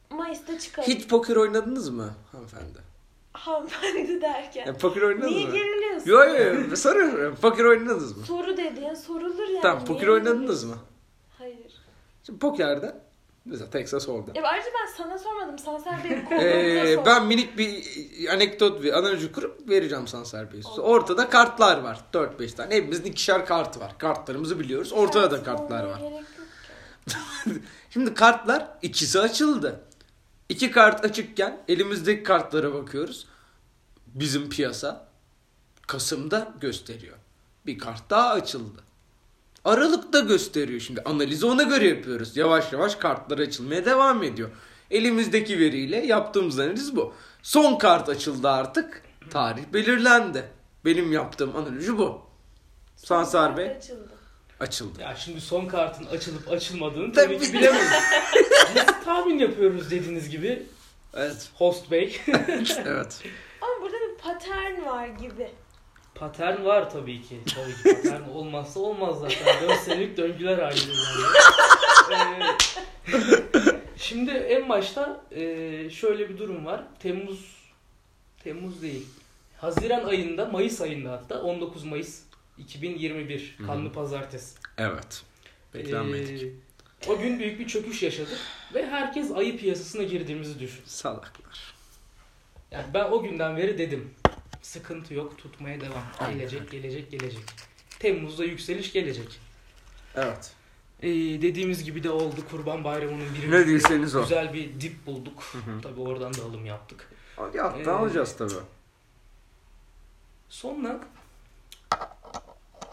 Mayıs'ta çıkalım.
Hiç poker oynadınız mı hanımefendi?
hanımefendi derken.
Yani poker oynadınız
Niye
mı?
geriliyorsun?
Yo yo yo soruyorum. Poker oynadınız mı?
Soru dediğin sorulur yani.
tamam poker
Niye
oynadınız
geriliyorsun?
mı?
Hayır.
Şimdi pokerde mesela Texas Hold'em.
Ya ayrıca ben sana sormadım. Sansar Bey'in konuğumuza
Ee,
sor.
ben minik bir anekdot ve analoji kurup vereceğim Sansar Bey'e.
Olur.
Ortada kartlar var. 4-5 tane. Hepimizin ikişer kartı var. Kartlarımızı biliyoruz. Ortada da
Sen
kartlar
sormaya
var.
gerek yok ki.
Şimdi kartlar ikisi açıldı. İki kart açıkken elimizdeki kartlara bakıyoruz. Bizim piyasa Kasım'da gösteriyor. Bir kart daha açıldı. Aralık'ta gösteriyor şimdi. Analizi ona göre yapıyoruz. Yavaş yavaş kartlar açılmaya devam ediyor. Elimizdeki veriyle yaptığımız analiz bu. Son kart açıldı artık. Tarih belirlendi. Benim yaptığım analoji bu. Sansar Bey
Açıldı.
açıldı.
Ya şimdi son kartın açılıp açılmadığını
Tabii
tabii ki bilemeyiz. Biz tahmin yapıyoruz dediğiniz gibi
Evet.
host bey.
Evet.
Ama burada bir patern var gibi.
Patern var tabii ki. Tabii ki patern olmazsa olmaz zaten. Dört senelik döngüler halinde Ee, şimdi en başta e, şöyle bir durum var. Temmuz, Temmuz değil. Haziran ayında, Mayıs ayında hatta 19 Mayıs 2021 kanlı pazartesi.
Evet. Beklenmedik.
E, o gün büyük bir çöküş yaşadık ve herkes ayı piyasasına girdiğimizi düşün.
Salaklar.
Yani ben o günden beri dedim. Sıkıntı yok, tutmaya devam. Gelecek, gelecek, gelecek. Temmuz'da yükseliş gelecek.
Evet.
Ee, dediğimiz gibi de oldu Kurban Bayramı'nın birinci
Ne
günü.
değilseniz o.
Güzel bir dip bulduk. Tabii oradan da alım yaptık.
Ya
Ee,
da alacağız tabii.
Sonra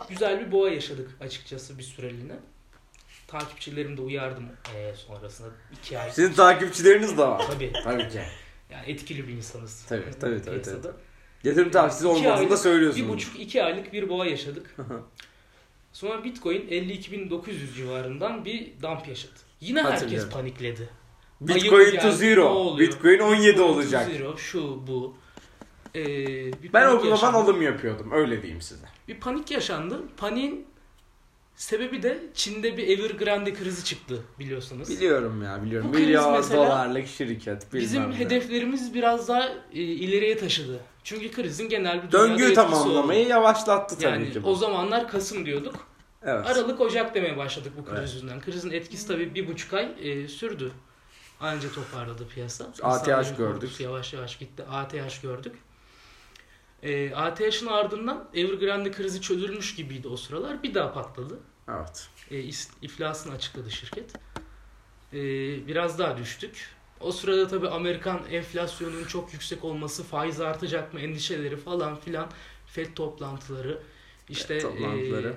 güzel bir boğa yaşadık açıkçası bir süreliğine. Takipçilerimi de uyardım ee, sonrasında iki ay.
Sizin takipçileriniz de var.
Tabii.
tabii ki.
Yani etkili bir insanız.
Tabii, tabii, tabii, tabii.
Piyasada.
Yatırım tavsiyesi
İki
olmadığını da
aylık,
söylüyorsunuz.
Bir buçuk iki aylık bir boğa yaşadık.
hı.
Sonra Bitcoin 52.900 civarından bir dump yaşadı. Yine
Hatırlıyorum.
herkes panikledi.
Bitcoin
Ayıp
to
yani, ne
zero.
oluyor?
Bitcoin 17 olacak.
Zero, şu bu. Ee,
Ben
bir panik
o zaman
yaşandı.
alım yapıyordum. Öyle diyeyim size.
Bir panik yaşandı. Paniğin sebebi de Çin'de bir Evergrande krizi çıktı biliyorsunuz.
Biliyorum ya biliyorum.
Bu kriz
Milyar
mesela
dolarlık şirket. bilmem
Bizim
ne.
hedeflerimiz biraz daha e, ileriye taşıdı. Çünkü krizin genel bir dünyada
Döngüyü
etkisi
tamamlamayı
oldu.
yavaşlattı tabii
yani
ki bu.
o zamanlar Kasım diyorduk.
evet.
Aralık Ocak demeye başladık bu kriz
Evet.
yüzünden. Krizin etkisi tabii bir buçuk ay e, sürdü. Anca toparladı piyasa.
ATH
İnsanların
gördük.
korkusu Yavaş yavaş gitti. ATH gördük. E, ATH'ın ardından Evergrande krizi çözülmüş gibiydi o sıralar. Bir daha patladı.
Evet.
E, is- iflasını açıkladı şirket. E, biraz daha düştük. O sırada tabii Amerikan enflasyonunun çok yüksek olması, faiz artacak mı endişeleri falan filan, FED toplantıları, işte
Toplantıları.
e,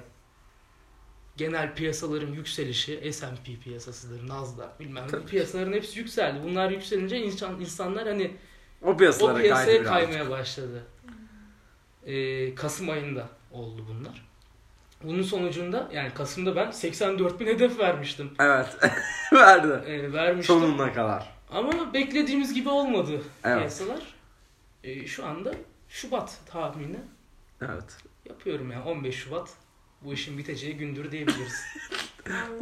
genel piyasaların yükselişi, S&P piyasasıdır, Nasdaq bilmem ne
Tabii.
piyasaların hepsi yükseldi. Bunlar yükselince insan, insanlar hani
o
o
piyasalara kaydı
piyasaya kaymaya başladı. Ee, Kasım ayında oldu bunlar. Bunun sonucunda yani Kasım'da ben 84 bin hedef vermiştim.
Evet. Verdi.
Ee, vermiştim.
Sonuna kadar.
Ama beklediğimiz gibi olmadı
Evet.
piyasalar. Ee, şu anda Şubat tahmini
Evet.
yapıyorum yani 15 Şubat bu işin biteceği gündür diyebiliriz.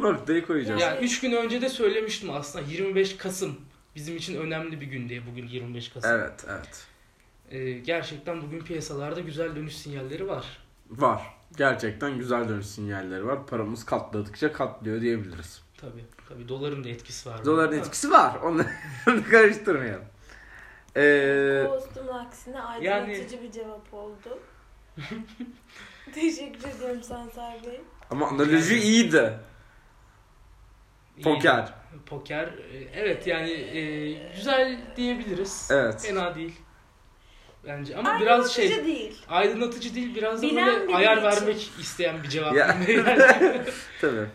Noktayı koyacağız.
Yani 3 gün önce de söylemiştim aslında 25 Kasım bizim için önemli bir gün diye bugün 25 Kasım.
Evet evet.
Ee, gerçekten bugün piyasalarda güzel dönüş sinyalleri var.
Var. Gerçekten güzel dönüş sinyalleri var. Paramız katladıkça katlıyor diyebiliriz.
Tabii. Tabii doların da etkisi var.
Doların
Ha,
etkisi var. Onu, onu karıştırmayalım. Ee,
Ghost'un aksine aydınlatıcı bir cevap oldu. Teşekkür ediyorum Sansar Bey.
ama analoji iyiydi.
iyi.
Poker.
Poker. e, Evet yani e, güzel diyebiliriz.
Evet.
Fena değil. Bence ama biraz
Aydınlatıcı
şey
değil.
aydınlatıcı değil biraz da
Bilen
böyle
biri
ayar
için.
vermek isteyen bir cevap.
Ya.
Yani
Tabii.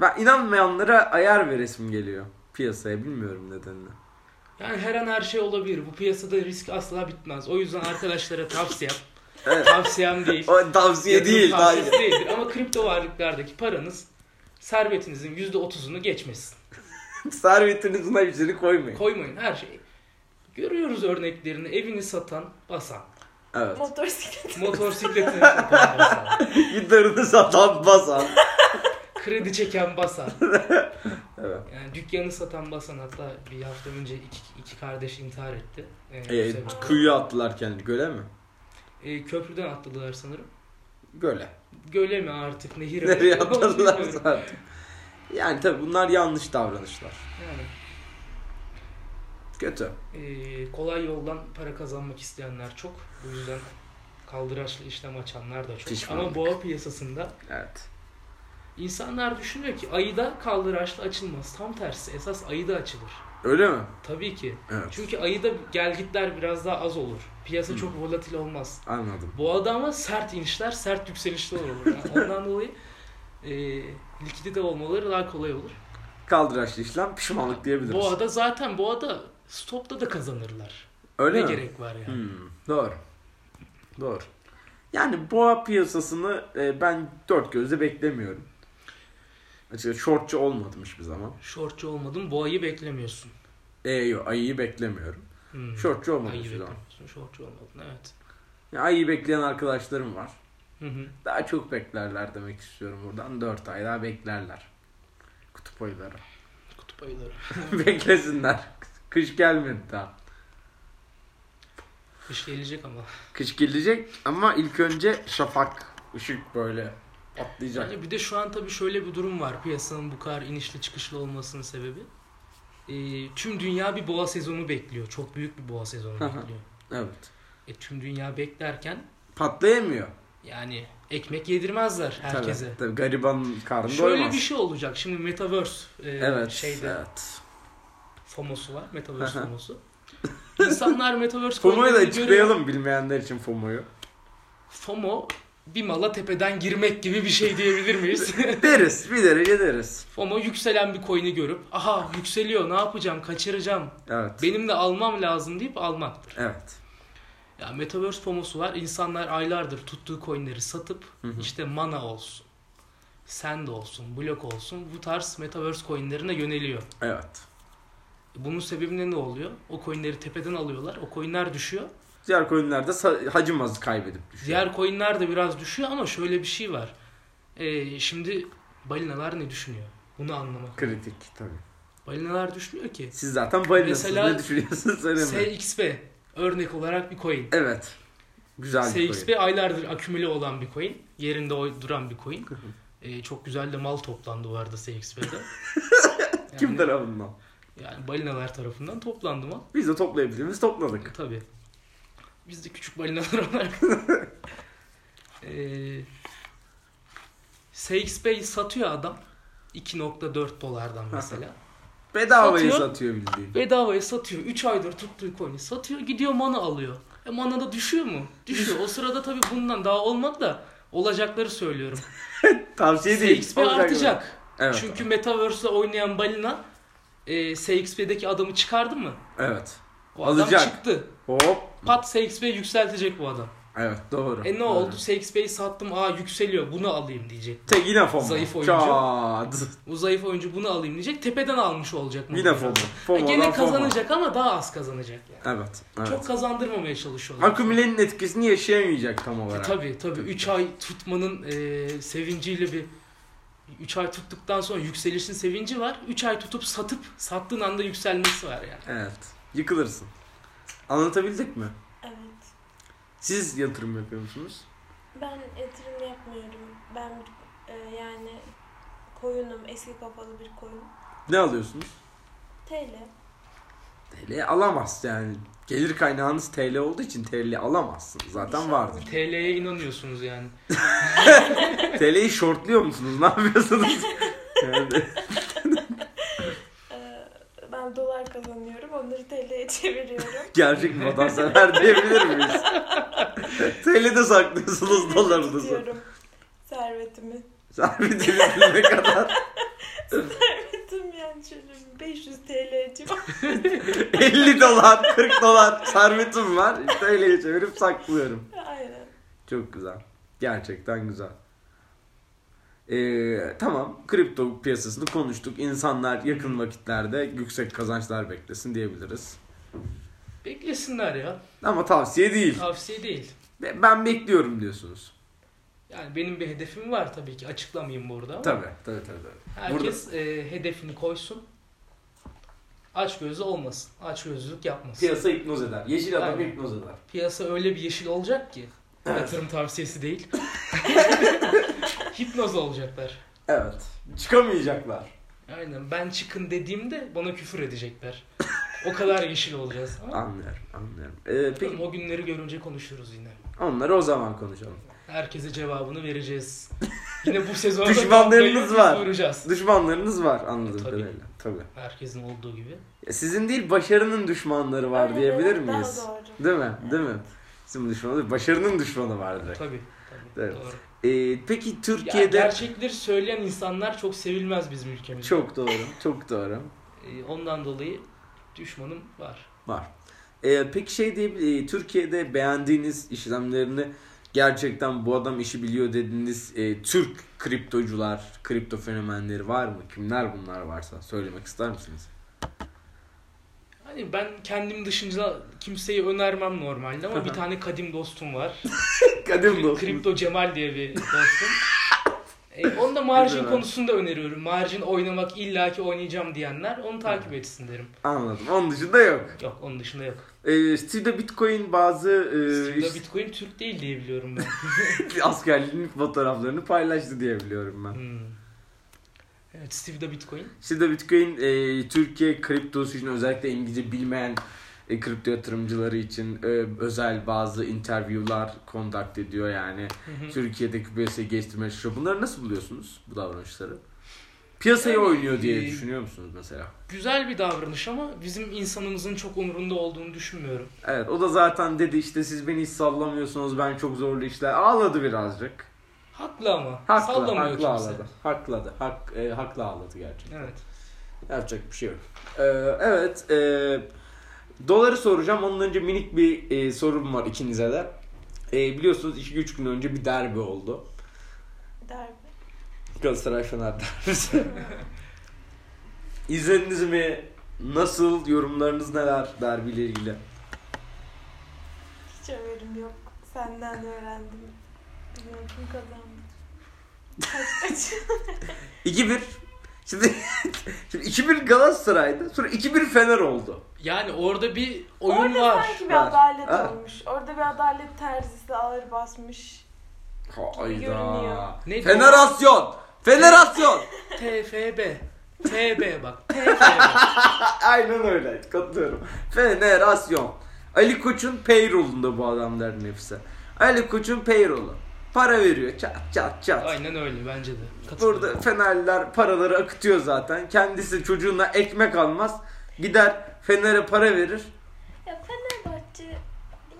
Ben inanmayanlara ayar veresim geliyor. Piyasaya bilmiyorum nedenini.
Yani her an her şey olabilir. Bu piyasada risk asla bitmez. O yüzden arkadaşlara tavsiyem.
Evet.
tavsiyem değil.
O tavsiye
Yatırım
değil.
tavsiyesi
daha-
değildir. Ama kripto varlıklardaki paranız servetinizin %30'unu geçmesin.
Servetinizin hepsini koymayın.
Koymayın her şeyi. Görüyoruz örneklerini. Evini satan, basan.
Evet.
Motosiklet.
Motosikletini satan, basan.
Gitarını satan basan.
Kredi çeken, basan.
Evet.
Yani dükkanı satan basan hatta bir hafta önce iki, iki kardeş intihar etti. Ee,
E,
sebep-
kuyuya attılar kendini. Göle mi?
Ee, köprüden atladılar sanırım.
Göle.
Göle mi artık nehir mi?
Nereye atladılar
Bilmiyorum.
zaten. Yani tabi bunlar yanlış davranışlar.
Yani
Kötü.
ee, kolay yoldan para kazanmak isteyenler çok. Bu yüzden kaldıraçlı işlem açanlar da çok.
Pişmanlık.
Ama boğa piyasasında
Evet.
insanlar düşünüyor ki ayıda kaldıraçlı açılmaz. Tam tersi esas ayıda açılır.
Öyle mi?
Tabii ki.
Evet.
Çünkü ayıda gelgitler biraz daha az olur. Piyasa
Hı.
çok volatil olmaz.
Anladım.
Boğada ama sert inişler, sert yükselişler olur. Yani ondan dolayı e, likidite olmaları daha kolay olur.
Kaldıraçlı işlem pişmanlık diyebiliriz.
Boğada zaten boğada stopta da kazanırlar.
Öyle
ne
mi?
gerek var yani?
Hmm, doğru. Doğru. Yani boğa piyasasını e, ben dört gözle beklemiyorum. Açıkçası shortçu olmadım hiçbir zaman.
Şortçu olmadın, boğayı beklemiyorsun.
E, yok, ayıyı beklemiyorum.
Hmm.
Shortçu olmadım
Ayı
hiçbir zaman.
beklemiyorsun, şortçu olmadın evet.
Yani ayıyı bekleyen arkadaşlarım var.
Hı hı.
Daha çok beklerler demek istiyorum buradan. 4 ay daha beklerler. Kutup ayıları.
Kutup ayıları.
Beklesinler. Kış gelmedi daha.
Kış gelecek ama.
Kış gelecek ama ilk önce şafak, ışık böyle patlayacak.
Yani bir de şu an tabii şöyle bir durum var piyasanın bu kadar inişli çıkışlı olmasının sebebi. Ee, tüm dünya bir boğa sezonu bekliyor. Çok büyük bir boğa sezonu
Hı hı.
bekliyor.
Evet.
E, tüm dünya beklerken
Patlayamıyor.
yani ekmek yedirmezler herkese.
Tabii, tabii gariban karnı
Şöyle
doymaz.
bir şey olacak. Şimdi Metaverse e,
evet,
şeyde
evet.
FOMO'su var.
Hı
Metaverse
hı.
FOMO'su. İnsanlar Metaverse
FOMO'yu da
konularını görüyor.
açıklayalım bilmeyenler için FOMO'yu.
FOMO bir mala tepeden girmek gibi bir şey diyebilir miyiz?
deriz, bir derece deriz.
FOMO yükselen bir coin'i görüp aha yükseliyor ne yapacağım kaçıracağım
Evet.
benim de almam lazım deyip almaktır.
Evet.
Ya Metaverse FOMO'su var. İnsanlar aylardır tuttuğu coinleri satıp
Hı hı.
işte mana olsun, send olsun, blok olsun bu tarz Metaverse coinlerine yöneliyor.
Evet.
Bunun sebebi ne- ne oluyor? O coinleri tepeden alıyorlar. O coinler düşüyor.
Diğer koyunlarda sa- hacımaz kaybedip düşüyor.
Diğer coinler de biraz düşüyor ama şöyle bir şey var. Ee, şimdi balinalar ne düşünüyor? Bunu anlamak.
kritik tabii.
Balinalar düşünüyor ki
Siz zaten balinasınız.
Mesela-
ne düşünüyorsunuz önemli.
SXP örnek olarak bir coin.
Evet. Güzel bir
SXP
coin.
aylardır akümüle olan bir coin. Yerinde oy- duran bir coin. Ee, çok güzel de mal toplandı bu arada SXP'de. Yani-
Kim tarafından?
Yani balinalar tarafından toplandı mal. E,
Biz de toplayabildiğimiz topladık.
Tabii. Biz de küçük balinalar olarak. ee, SXP'yi satıyor adam. 2.4 dolardan mesela.
Bedavaya satıyor,
Satıyor.
bildiğin.
Bedavaya satıyor. 3 aydır tuttuğu coin'i satıyor. Gidiyor mana alıyor. E mana da düşüyor mu? Düşüyor. O sırada tabii bundan daha olmadı da olacakları söylüyorum.
Tavsiye değil.
SXP
Olacak
artacak.
mı? Evet.
Çünkü Metaverse'le oynayan balina e, SXP'deki adamı çıkardı mı?
Evet.
O adam
Alacak.
çıktı.
Hop.
Pat SXP'yi yükseltecek bu adam.
Evet doğru.
E ne
Doğru.
oldu? SXP'yi sattım. Aa yükseliyor. Bunu alayım diyecek.
Tek yine FOMO.
Zayıf oyuncu.
Çat.
Bu zayıf oyuncu bunu alayım diyecek. Tepeden almış olacak. mı?
Yine FOMO.
E,
FOMO'dan
gene
FOMO.
kazanacak ama daha az kazanacak yani.
Evet. evet.
Çok kazandırmamaya çalışıyorlar.
Akümülenin etkisini yaşayamayacak tam
E,
olarak.
tabii tabii 3 ay tutmanın e, sevinciyle bir 3 ay tuttuktan sonra yükselişin sevinci var. 3 ay tutup satıp sattığın anda yükselmesi var yani.
Evet. Yıkılırsın. Anlatabildik mi?
Evet.
Siz yatırım yapıyor musunuz?
Ben yatırım yapmıyorum. Ben e, yani koyunum. Eski kafalı bir koyun.
Ne alıyorsunuz?
TL.
TL alamaz yani. Gelir kaynağınız TL olduğu için TL alamazsın. Zaten vardır.
TL'ye inanıyorsunuz yani.
TL'yi shortluyor musunuz? Ne yapıyorsunuz? Yani
E, ben dolar kazanıyorum. Onları TL'ye çeviriyorum.
gerçek vatansever diyebilir miyiz? TL'de saklıyorsunuz dolarınızı.
Tutuyorum Servetimi.
Sabitiniz ne kadar?
Servetim yani şöyle 500 TL civarı.
50 dolar, 40 dolar servetim var. TL'ye çevirip saklıyorum.
Aynen.
Çok güzel. Gerçekten güzel. Ee, tamam kripto piyasasını konuştuk. İnsanlar yakın vakitlerde yüksek kazançlar beklesin diyebiliriz.
Beklesinler ya.
Ama tavsiye değil.
Tavsiye değil.
Ve Ben bekliyorum diyorsunuz.
Yani benim bir hedefim var tabii ki açıklamayayım burada ama
Tabii tabii tabii. tabii.
herkes e, hedefini koysun. Aç gözlü olmasın. Aç gözlülük yapmasın.
Piyasa hipnoz eder. Yeşil adam
Aynen.
hipnoz eder.
Piyasa öyle bir yeşil olacak ki. Yatırım tavsiyesi değil. Hipnoz olacaklar.
Evet. Çıkamayacaklar.
Aynen ben çıkın dediğimde bana küfür edecekler. O kadar yeşil olacağız. Ama
Anlıyorum anlıyorum. Ee,
bakalım,
peki
o günleri görünce konuşuruz yine.
onları o zaman konuşalım.
Herkese cevabını vereceğiz. Yine bu sezonda
Düşmanlarınız
kutlayıp
var.
soracağız.
Düşmanlarınız var anladığım
Tabii.
kadarıyla. Tabii.
Herkesin olduğu gibi.
Ya Sizin değil başarının düşmanları var
Öyle
diyebilir
demek daha
miyiz?
doğru.
Değil mi? Değil mi? Sizin düşmanı değil, başarının düşmanı var direkt.
Tabii. tabii
Evet.
Doğru.
Ee, peki
Ya
Türkiye'de
gerçekleri söyleyen insanlar çok sevilmez bizim ülkemizde.
çok doğru, çok doğru.
Ee, Ondan dolayı düşmanım var.
Var. Ee, peki şey diye e, Türkiye'de beğendiğiniz işlemlerini gerçekten bu adam işi biliyor dediğiniz e, Türk kriptocular, kripto fenomenleri var mı? Kimler bunlar varsa söylemek ister misiniz?
Hani ben kendim dışında kimseyi önermem normalde
Hı hı.
ama bir tane kadim dostum var.
Kadim
Kri-
dostum.
Kripto Cemal diye bir dostum. e, onu da margin
Güzel.
konusunda öneriyorum. Margin oynamak illaki oynayacağım diyenler onu takip etsin derim.
Anladım. Onun dışında yok.
Yok onun dışında yok.
Ee, Steve'de Bitcoin bazı e,
Steve'da
işte-
Bitcoin Türk değil diye biliyorum ben.
askerliğinin fotoğraflarını paylaştı diye biliyorum ben.
Hmm. Evet Steve'da Bitcoin.
Şimdi Bitcoin e, Türkiye kriptosu için özellikle İngilizce bilmeyen e, kripto yatırımcıları için e, özel bazı interviewlar conduct ediyor yani.
Hı hı.
Türkiye'deki piyasayı geliştirmeye çalışıyor. Bunları nasıl buluyorsunuz bu davranışları? Piyasayı
Yani,
oynuyor diye
e,
düşünüyor musunuz mesela?
Güzel bir davranış ama bizim insanımızın çok umurunda olduğunu düşünmüyorum.
Evet o da zaten dedi işte siz beni hiç sallamıyorsunuz ben çok zorlu işler. Ağladı birazcık.
Haklı ama.
Haklı,
Sallamıyor
haklı
kimse.
ağladı. Hakladı. Hak, e, haklı ağladı gerçekten.
Evet.
Yapacak bir şey yok. Ee, evet. E, doları soracağım. Ondan önce minik bir e, sorum var ikinize de. E, biliyorsunuz 2-3 gün önce bir derbi oldu.
Darbe.
Galatasaray Fener derbisi. İzlediniz mi? Nasıl? Yorumlarınız neler derbiyle ilgili?
Hiç haberim yok. Senden öğrendim. Bilmiyorum kim kazandı. Kaç kaç.
2-1. Şimdi, şimdi 2-1 Galatasaray'dı. Sonra 2-1 Fener oldu.
Yani orada bir oyun
Orada
var.
sanki bir
var.
adalet
Ha.
olmuş. Orada bir adalet terzisi ağır basmış. görünüyor.
Hayda.
Ne
Fenerasyon! Fenerasyon!
TFB. TB bak. TFB.
Aynen öyle. Katılıyorum. Fenerasyon. Ali Koç'un payroll'unda bu adamların hepsi. Ali Koç'un payroll'u. Para veriyor. Çat çat çat.
Aynen öyle bence de. Katılıyorum.
Burada Fenerliler paraları akıtıyor zaten. Kendisi çocuğuna ekmek almaz. Gider Fener'e para verir.
Ya Fenerbahçe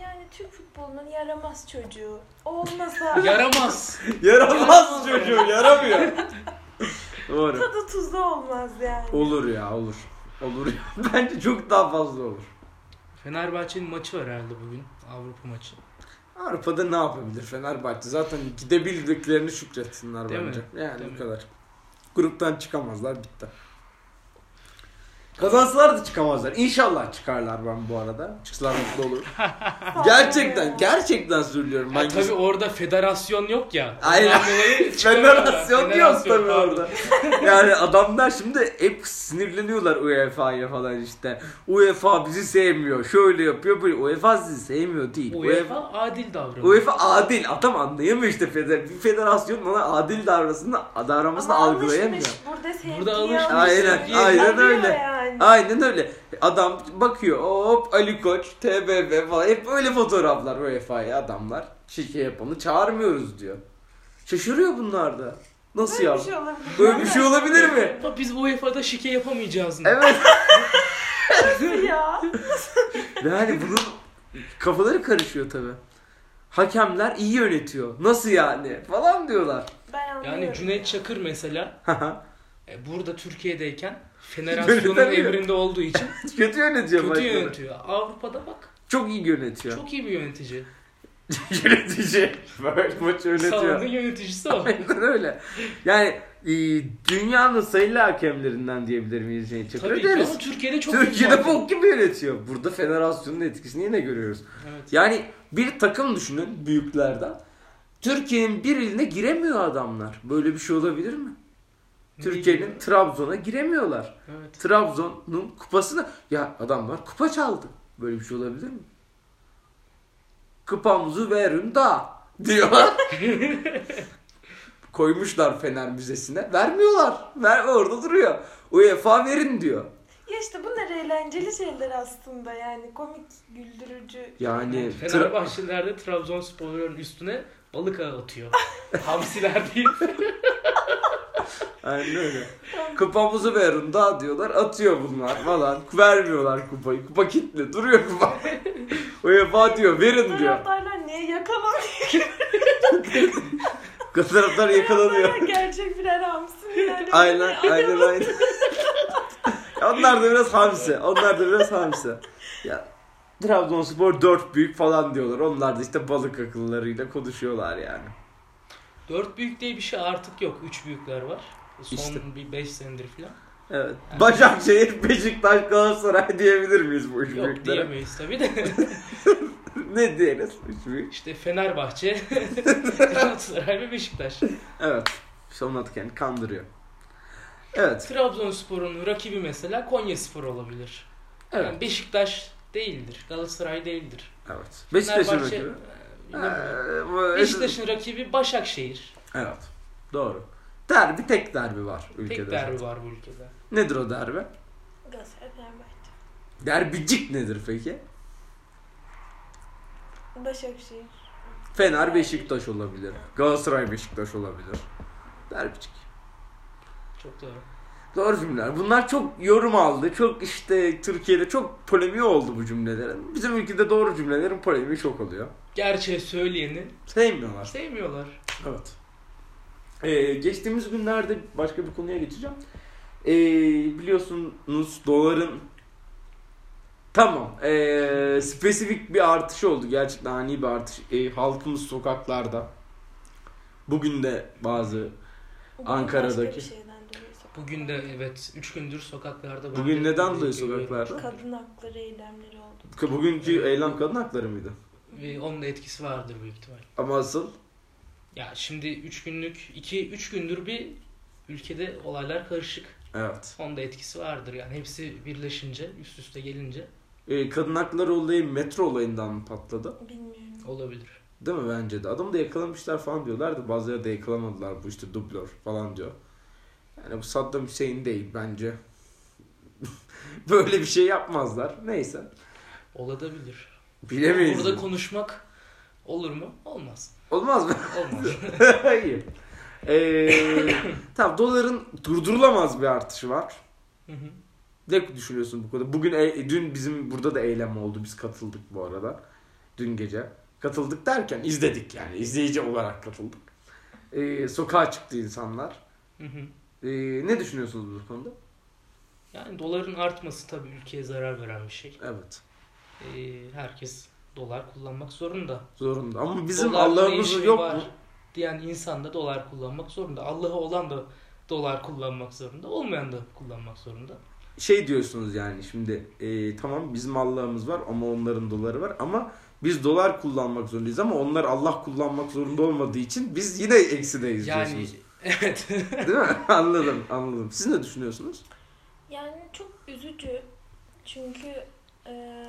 yani Türk futbolunun yaramaz çocuğu. O olmasa
Yaramaz.
Yaramaz çocuğu yaramıyor. Doğru.
tadı tuzu olmaz yani.
Olur ya olur. Olur ya. Bence çok daha fazla olur.
Fenerbahçe'nin maçı var herhalde bugün. Avrupa maçı.
Avrupa'da ne yapabilir Fenerbahçe? Zaten gidebildiklerini şükretsinler
Değil mi?
bence. Yani
Değil
bu
mi?
kadar. Gruptan çıkamazlar bitti. Kazansalar da çıkamazlar. İnşallah çıkarlar ben bu arada. Çıksalar mutlu olur. gerçekten, gerçekten söylüyorum. Ben
Ya tabii orada federasyon yok ya. Ondan
Aynen.
dolayı çıkamıyorlar.
Federasyon diyoruz
Federasyon,
tabii
pardon.
orada. Yani adamlar şimdi hep sinirleniyorlar UEFA'ya falan işte. UEFA bizi sevmiyor. Şöyle yapıyor böyle. UEFA sizi sevmiyor değil.
UEFA E adil davranıyor.
UEFA adil. Adam anlayamıyor işte feder bir federasyon ona adil davranmasını, davranmasını
Ama alışmış,
algılayamıyor.
Burada sevgi
Burada alışmış,
Aynen,
sevgi
aynen
yapıyor
öyle.
Yani.
Aynen öyle. Adam bakıyor hop Ali Koç, TBB falan hep öyle fotoğraflar UEFA'ya adamlar. Şike yapanı çağırmıyoruz diyor. Şaşırıyor bunlar da. Nasıl
Böyle
ya?
bir şey olabilir.
Böyle bir şey olabilir mi?
Ama biz UEFA'da şike yapamayacağız mı?
Evet.
ya.
Yani bunun kafaları karışıyor tabi. Hakemler iyi yönetiyor. Nasıl yani? Falan diyorlar.
Ben anlıyorum.
Yani Cüneyt Çakır mesela e, burada Türkiye'deyken federasyonun
Yönetemiyor.
emrinde olduğu için
Kötü yönetiyor.
kötü
maçları.
yönetiyor. Avrupa'da bak
Çok iyi yönetiyor.
çok iyi bir yönetici.
yönetici. Böyle maçı
Salonun
yönetiyor.
yöneticisi o.
Aynen öyle. Yani e, dünyanın sayılı hakemlerinden diyebilir miyiz? Yani çok
Tabii
öyle
ki
deriz.
ama Türkiye'de çok
Türkiye'de
büyük var.
bok gibi yönetiyor. Burada federasyonun etkisini yine görüyoruz.
Evet.
Yani bir takım düşünün büyüklerden. Türkiye'nin bir iline giremiyor adamlar. Böyle bir şey olabilir mi? Türkiye'nin Trabzon'a giremiyorlar.
Evet.
Trabzon'un kupasını ya adamlar kupa çaldı. Böyle bir şey olabilir mi? Kupamızı verin da diyorlar. Koymuşlar Fener Müzesi'ne. Vermiyorlar. Ver orada duruyor. UEFA verin diyor.
Ya işte bunlar eğlenceli şeyler aslında yani komik, güldürücü.
Yani Hani Tra-
Fenerbahçeliler de Trabzonsporların üstüne balık ağı atıyor. Hamsiler değil.
Aynen öyle. Kupamızı verin daha diyorlar. Atıyor bunlar falan. Vermiyorlar kupayı. Kupa kitle. Duruyor kupa. UEFA diyor verin diyor.
Taraftarlar niye yakalanıyor?
Taraftar yakalanıyor.
Taraftarlar gerçek birer hamsi yani.
Aynen aynen aynen. Onlar da biraz hamsi. Onlar da biraz hamsi. Ya Trabzonspor dört büyük falan diyorlar. Onlar da işte balık akıllarıyla konuşuyorlar yani.
Dört büyük diye bir şey artık yok. Üç büyükler var. Son
İşte.
bir beş senedir falan.
Evet. Başakşehir, Beşiktaş, Galatasaray diyebilir miyiz bu üç
Yok
büyüklere?
diyemeyiz tabii de.
ne diyeriz? Üç büyük.
işte Fenerbahçe, Galatasaray ve Beşiktaş.
Evet. Sonat kendini kandırıyor. Evet.
Trabzonspor'un rakibi mesela Konyaspor olabilir.
Evet.
Yani Beşiktaş değildir. Galatasaray değildir.
Evet. Beşiktaş'ın
Fenerbahçe-
rakibi.
Ee, bilmiyorum.
Ee, bu-
Beşiktaş'ın rakibi Başakşehir.
Evet. Doğru. Derbi tek derbi var ülkede.
Tek derbi var bu ülkede.
Nedir o derbi?
Galatasaray Fenerbahçe.
Derbicik nedir peki?
Başakşehir.
Fener Beşiktaş olabilir. Galatasaray Beşiktaş olabilir. Derbicik.
Çok doğru.
Doğru cümleler. Bunlar çok yorum aldı. Çok işte Türkiye'de çok polemiği oldu bu cümlelerin. Bizim ülkede doğru cümlelerin polemiği çok oluyor.
Gerçeği söyleyeni
Sevmiyorlar.
sevmiyorlar.
Evet. Ee, geçtiğimiz günlerde başka bir konuya geçeceğim. Ee, biliyorsunuz doların tamam ee, spesifik bir artış oldu. Gerçekten ani bir artış. Ee, halkımız sokaklarda. Bugün de bazı
Bu
Ankara'daki.
Başka bir şeyden dolayı sokak-
Bugün de evet 3 gündür sokaklarda. ben
bugün
de-
neden dolayı
dediğim gibi
sokaklarda?
Kadın hakları eylemleri oldu.
Bugünkü eylem kadın hakları mıydı?
Ve onun da etkisi vardır büyük ihtimal.
Ama asıl
Ya şimdi 3 günlük 2 3 gündür bir ülkede olaylar karışık.
evet.
Onun da etkisi vardır yani hepsi birleşince üst üste gelince
Ee, kadın hakları olayı metro olayından mı patladı?
Bilmiyorum.
olabilir.
Değil mi bence de? Adamı da yakalamışlar falan diyorlardı. Bazıları da yakalamadılar bu işte dublör falan diyor. Yani bu Saddam Hüseyin değil bence. Böyle bir şey yapmazlar. Neyse.
Olabilir.
Bilemeyiz.
Burada konuşmak olur mu? Olmaz.
Olmaz mı?
Olmaz.
Hayır. Ee, tamam doların durdurulamaz bir artışı var.
Hı hı.
Ne düşünüyorsun bu konuda? Bugün e- dün bizim burada da eylem oldu. Biz katıldık bu arada. Dün gece. Katıldık derken izledik yani. izleyici olarak katıldık. Ee, sokağa çıktı insanlar.
Hı hı.
Ee, ne düşünüyorsunuz bu konuda?
yani doların artması tabii ülkeye zarar veren bir şey.
Evet.
Ee, herkes dolar kullanmak zorunda.
Zorunda. Ama bizim
Dolar
Allah'ımız
ne işi
yok
var
mu?
Diyen insan da dolar kullanmak zorunda. Allah'a olan da dolar kullanmak zorunda. Olmayan da kullanmak zorunda.
Şey diyorsunuz yani şimdi e, tamam bizim Allah'ımız var ama onların doları var ama biz dolar kullanmak zorundayız ama onlar Allah kullanmak zorunda olmadığı için biz yine eksideyiz
Yani
diyorsunuz.
evet.
Değil mi? anladım anladım. Siz ne düşünüyorsunuz?
Yani çok üzücü. Çünkü e,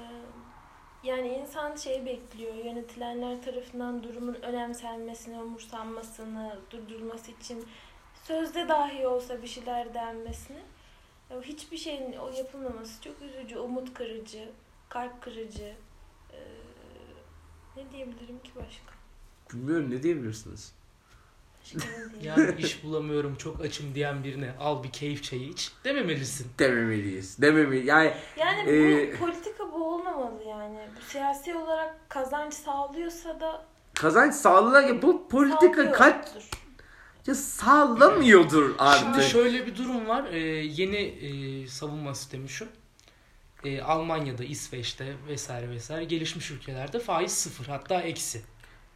yani insan şey bekliyor. Yönetilenler tarafından durumun önemsenmesini, umursanmasını, durdurulması için sözde dahi olsa bir şeyler denmesini. Ya Hiçbir şeyin o yapılmaması çok üzücü, umut kırıcı, kalp kırıcı. E, ne diyebilirim ki başka?
Bilmiyorum ne diyebilirsiniz?
Başka ne diyeyim?
Yani iş bulamıyorum çok açım diyen birine al bir keyif çayı iç dememelisin.
Dememeliyiz. Dememeli. Yani
Yani bu
Ee,
politika bu olmamalı yani. Bu siyasi olarak kazanç sağlıyorsa da
kazanç sağlığa ya bu politika kaç
sağlıyordur.
ya sağlamıyordur
Şimdi
artık.
şöyle bir durum var. Ee, yeni e, savunma sistemi şu. Ee, Almanya'da, İsveç'te vesaire vesaire gelişmiş ülkelerde faiz sıfır hatta eksi.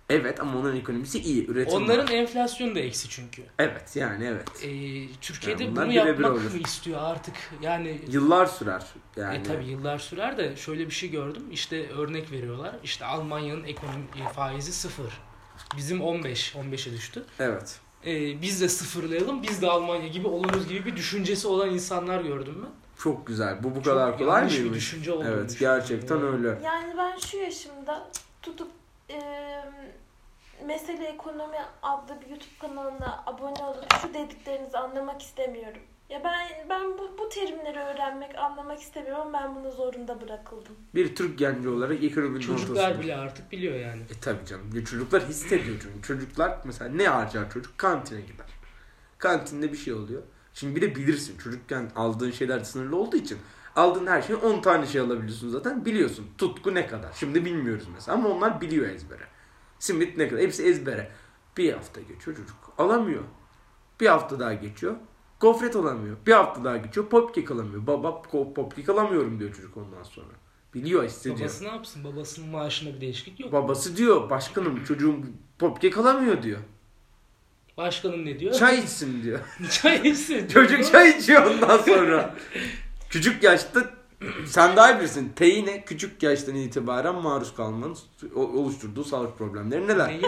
Evet ama onların ekonomisi iyi. Üretim var.
Onların enflasyonu da eksi çünkü.
Evet yani evet.
Ee, Türkiye'de
Yani bunlar
bunu
birebir
yapmak
olur.
mı istiyor artık? Yani
Yıllar sürer yani.
E tabi yıllar sürer de şöyle bir şey gördüm. İşte örnek veriyorlar. İşte Almanya'nın ekonomi e, faizi sıfır. Bizim 15, 15'e düştü.
Evet.
Ee, biz de sıfırlayalım, biz de Almanya gibi oluruz gibi bir düşüncesi olan insanlar gördüm ben.
Çok güzel. Bu bu
Çok
kadar kolay
yanlış bir
mıymış?
düşünce olduğunu
Evet
düşünüyorum
gerçekten
yani.
öyle.
Yani ben şu yaşımda tutup eee Mesele Ekonomi adlı bir YouTube kanalına abone olup şu dediklerinizi anlamak istemiyorum. Ya ben ben bu, bu terimleri öğrenmek, anlamak istemiyorum. Ben bunu zorunda bırakıldım.
Bir Türk genci olarak ekonominin
Çocuklar
ortasında.
bile artık biliyor yani.
E tabii canım. Ya çocuklar hissediyor çünkü. Çocuklar mesela ne harcar çocuk? Kantine gider. Kantinde bir şey oluyor. Şimdi bir de bilirsin çocukken aldığın şeyler sınırlı olduğu için aldığın her şeyi 10 tane şey alabiliyorsun zaten. Biliyorsun tutku ne kadar. Şimdi bilmiyoruz mesela ama onlar biliyor ezbere. Simit ne kadar. Hepsi ezbere. Bir hafta geçiyor çocuk. Alamıyor. Bir hafta daha geçiyor. Gofret alamıyor. Bir hafta daha geçiyor. Popkek alamıyor. Baba ko- popkek alamıyorum diyor çocuk ondan sonra. Biliyor hissediyor.
Babası ne yapsın? Babasının maaşında bir değişiklik yok.
Babası diyor başkanım çocuğum popkek alamıyor diyor.
Başkanım ne diyor?
Çay içsin diyor.
Çay içsin.
Çocuk çay içiyor ondan sonra. Küçük yaşta sen daha iyi bilirsin. Teyine küçük yaştan itibaren maruz kalmanın o- oluşturduğu sağlık problemleri neler?
Neyi?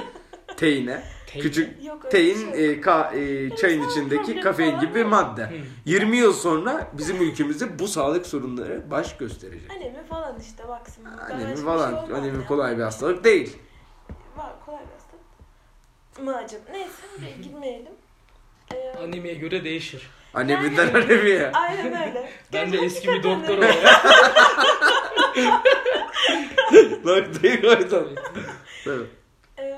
Teyine.
Teyine.
Küçük
Yok öyle
teyin
bir şey yok.
e, ka- e, çayın
sağlık
içindeki
problemi
kafein
falan
gibi bir
yok.
madde.
Hı.
20 yıl sonra bizim ülkemizde bu sağlık sorunları baş gösterecek.
Anemi falan işte baksın. Daha
Anemi
başka bir şey
falan.
olmaz
Anemi
ya.
kolay bir hastalık değil.
Var kolay bir hastalık. Mı acaba? Neyse buraya girmeyelim. Ee,
Animeye göre değişir.
Aneminden anemiye.
aynen öyle.
Ben de
Gerçi
eski bir
hakikaten
doktor
öyle.
olarak.
Noktayı koydum. Evet.
Ee,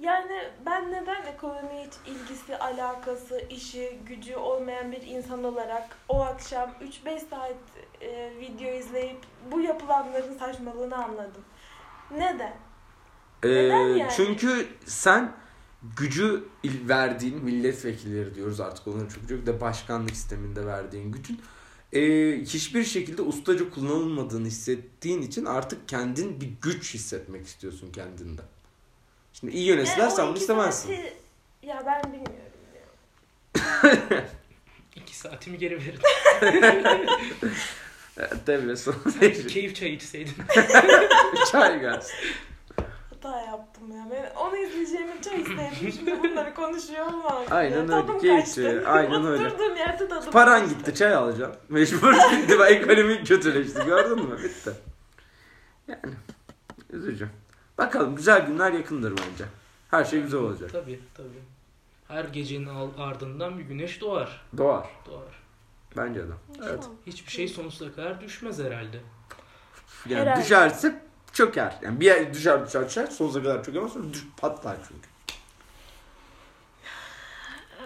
yani ben neden ekonomiye hiç ilgisi, alakası, işi, gücü olmayan bir insan olarak o akşam 3-5 saat e, video izleyip bu yapılanların saçmalığını anladım. Neden?
Ee,
Neden yani?
Çünkü sen gücü il- verdiğin milletvekilleri diyoruz artık onları çok çok da başkanlık sisteminde verdiğin gücün ee, hiçbir şekilde ustaca kullanılmadığını hissettiğin için artık kendin bir güç hissetmek istiyorsun kendinde. Şimdi iyi yöneticilersen
E, o
bunu
iki
istemezsin.
saati- Ya ben bilmiyorum. ya.
İki saatimi geri verin.
Ee, Tabii sonra
Sanki keyif çayı içseydin.
çay gelsin.
Hata yaptım ya. Ben onu izleyeceğimi çok istedim. Şimdi bunları konuşuyor olmam.
Aynen öyle.
Tadım
Keyifli.
kaçtı.
Aynen öyle.
Oturduğum yerde tadım
Paran
kaçtı.
gitti çay alacağım. Mecbur gitti. Ben ekonomim kötüleşti gördün mü? Bitti. Yani üzücü. Bakalım güzel günler yakındır bence. Her şey güzel olacak.
Tabii tabii. Her gecenin al- ardından bir güneş doğar.
Doğar.
Doğar.
Bence de. Evet.
Hiçbir şey sonsuza kadar düşmez herhalde.
Yani
Herhalde.
düşerse çöker. Yani bir yer düşer düşer düşer sonsuza kadar çöker ama sonra düş, patlar çünkü.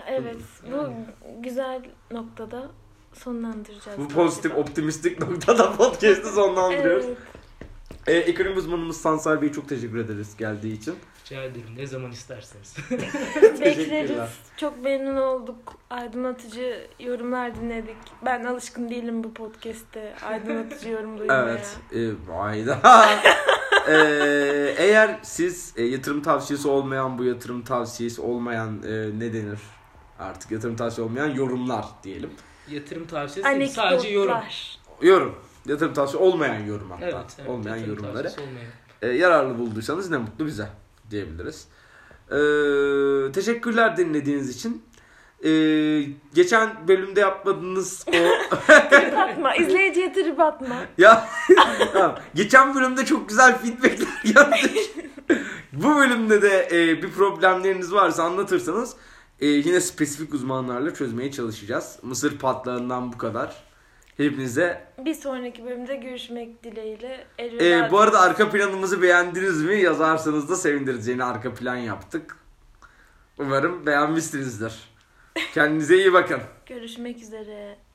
Evet, bu
Yani.
güzel noktada sonlandıracağız.
Bu pozitif optimistik noktada podcast'ı sonlandırıyoruz.
Evet.
Ee, ekonomi uzmanımız Sansar Bey'e çok teşekkür ederiz geldiği için.
Rica ederim ne zaman isterseniz.
Teşekkürler.
Bekleriz. Çok memnun olduk. Aydınlatıcı yorumlar dinledik. Ben alışkın değilim bu podcast'te aydınlatıcı yorum duymaya.
Evet. E, vay da. E, eğer siz e, yatırım tavsiyesi olmayan bu yatırım tavsiyesi olmayan e, ne denir? Artık yatırım tavsiyesi olmayan yorumlar diyelim.
Yatırım tavsiyesi değil, sadece yorum.
Anekdotlar.
Yorum. Yatırım tavsiyesi olmayan yorum hatta.
Evet, evet.
olmayan
yatırım
yorumları.
tavsiyesi olmayan.
E, yararlı bulduysanız ne mutlu bize diyebiliriz. E, teşekkürler dinlediğiniz için. E, geçen bölümde yapmadığınız o
Trip atma. İzleyiciye trip atma.
Ya tamam. geçen bölümde çok güzel feedbackler geldik. Bu bölümde de e, bir problemleriniz varsa anlatırsanız e, yine spesifik uzmanlarla çözmeye çalışacağız. Mısır patlağından bu kadar. Hepinize.
Bir sonraki bölümde görüşmek dileğiyle. Elveda
E, bu arada
diyoruz.
arka planımızı beğendiniz mi yazarsanız da sevindiririz. Yeni arka plan yaptık. Umarım beğenmişsinizdir. Kendinize iyi bakın.
görüşmek üzere.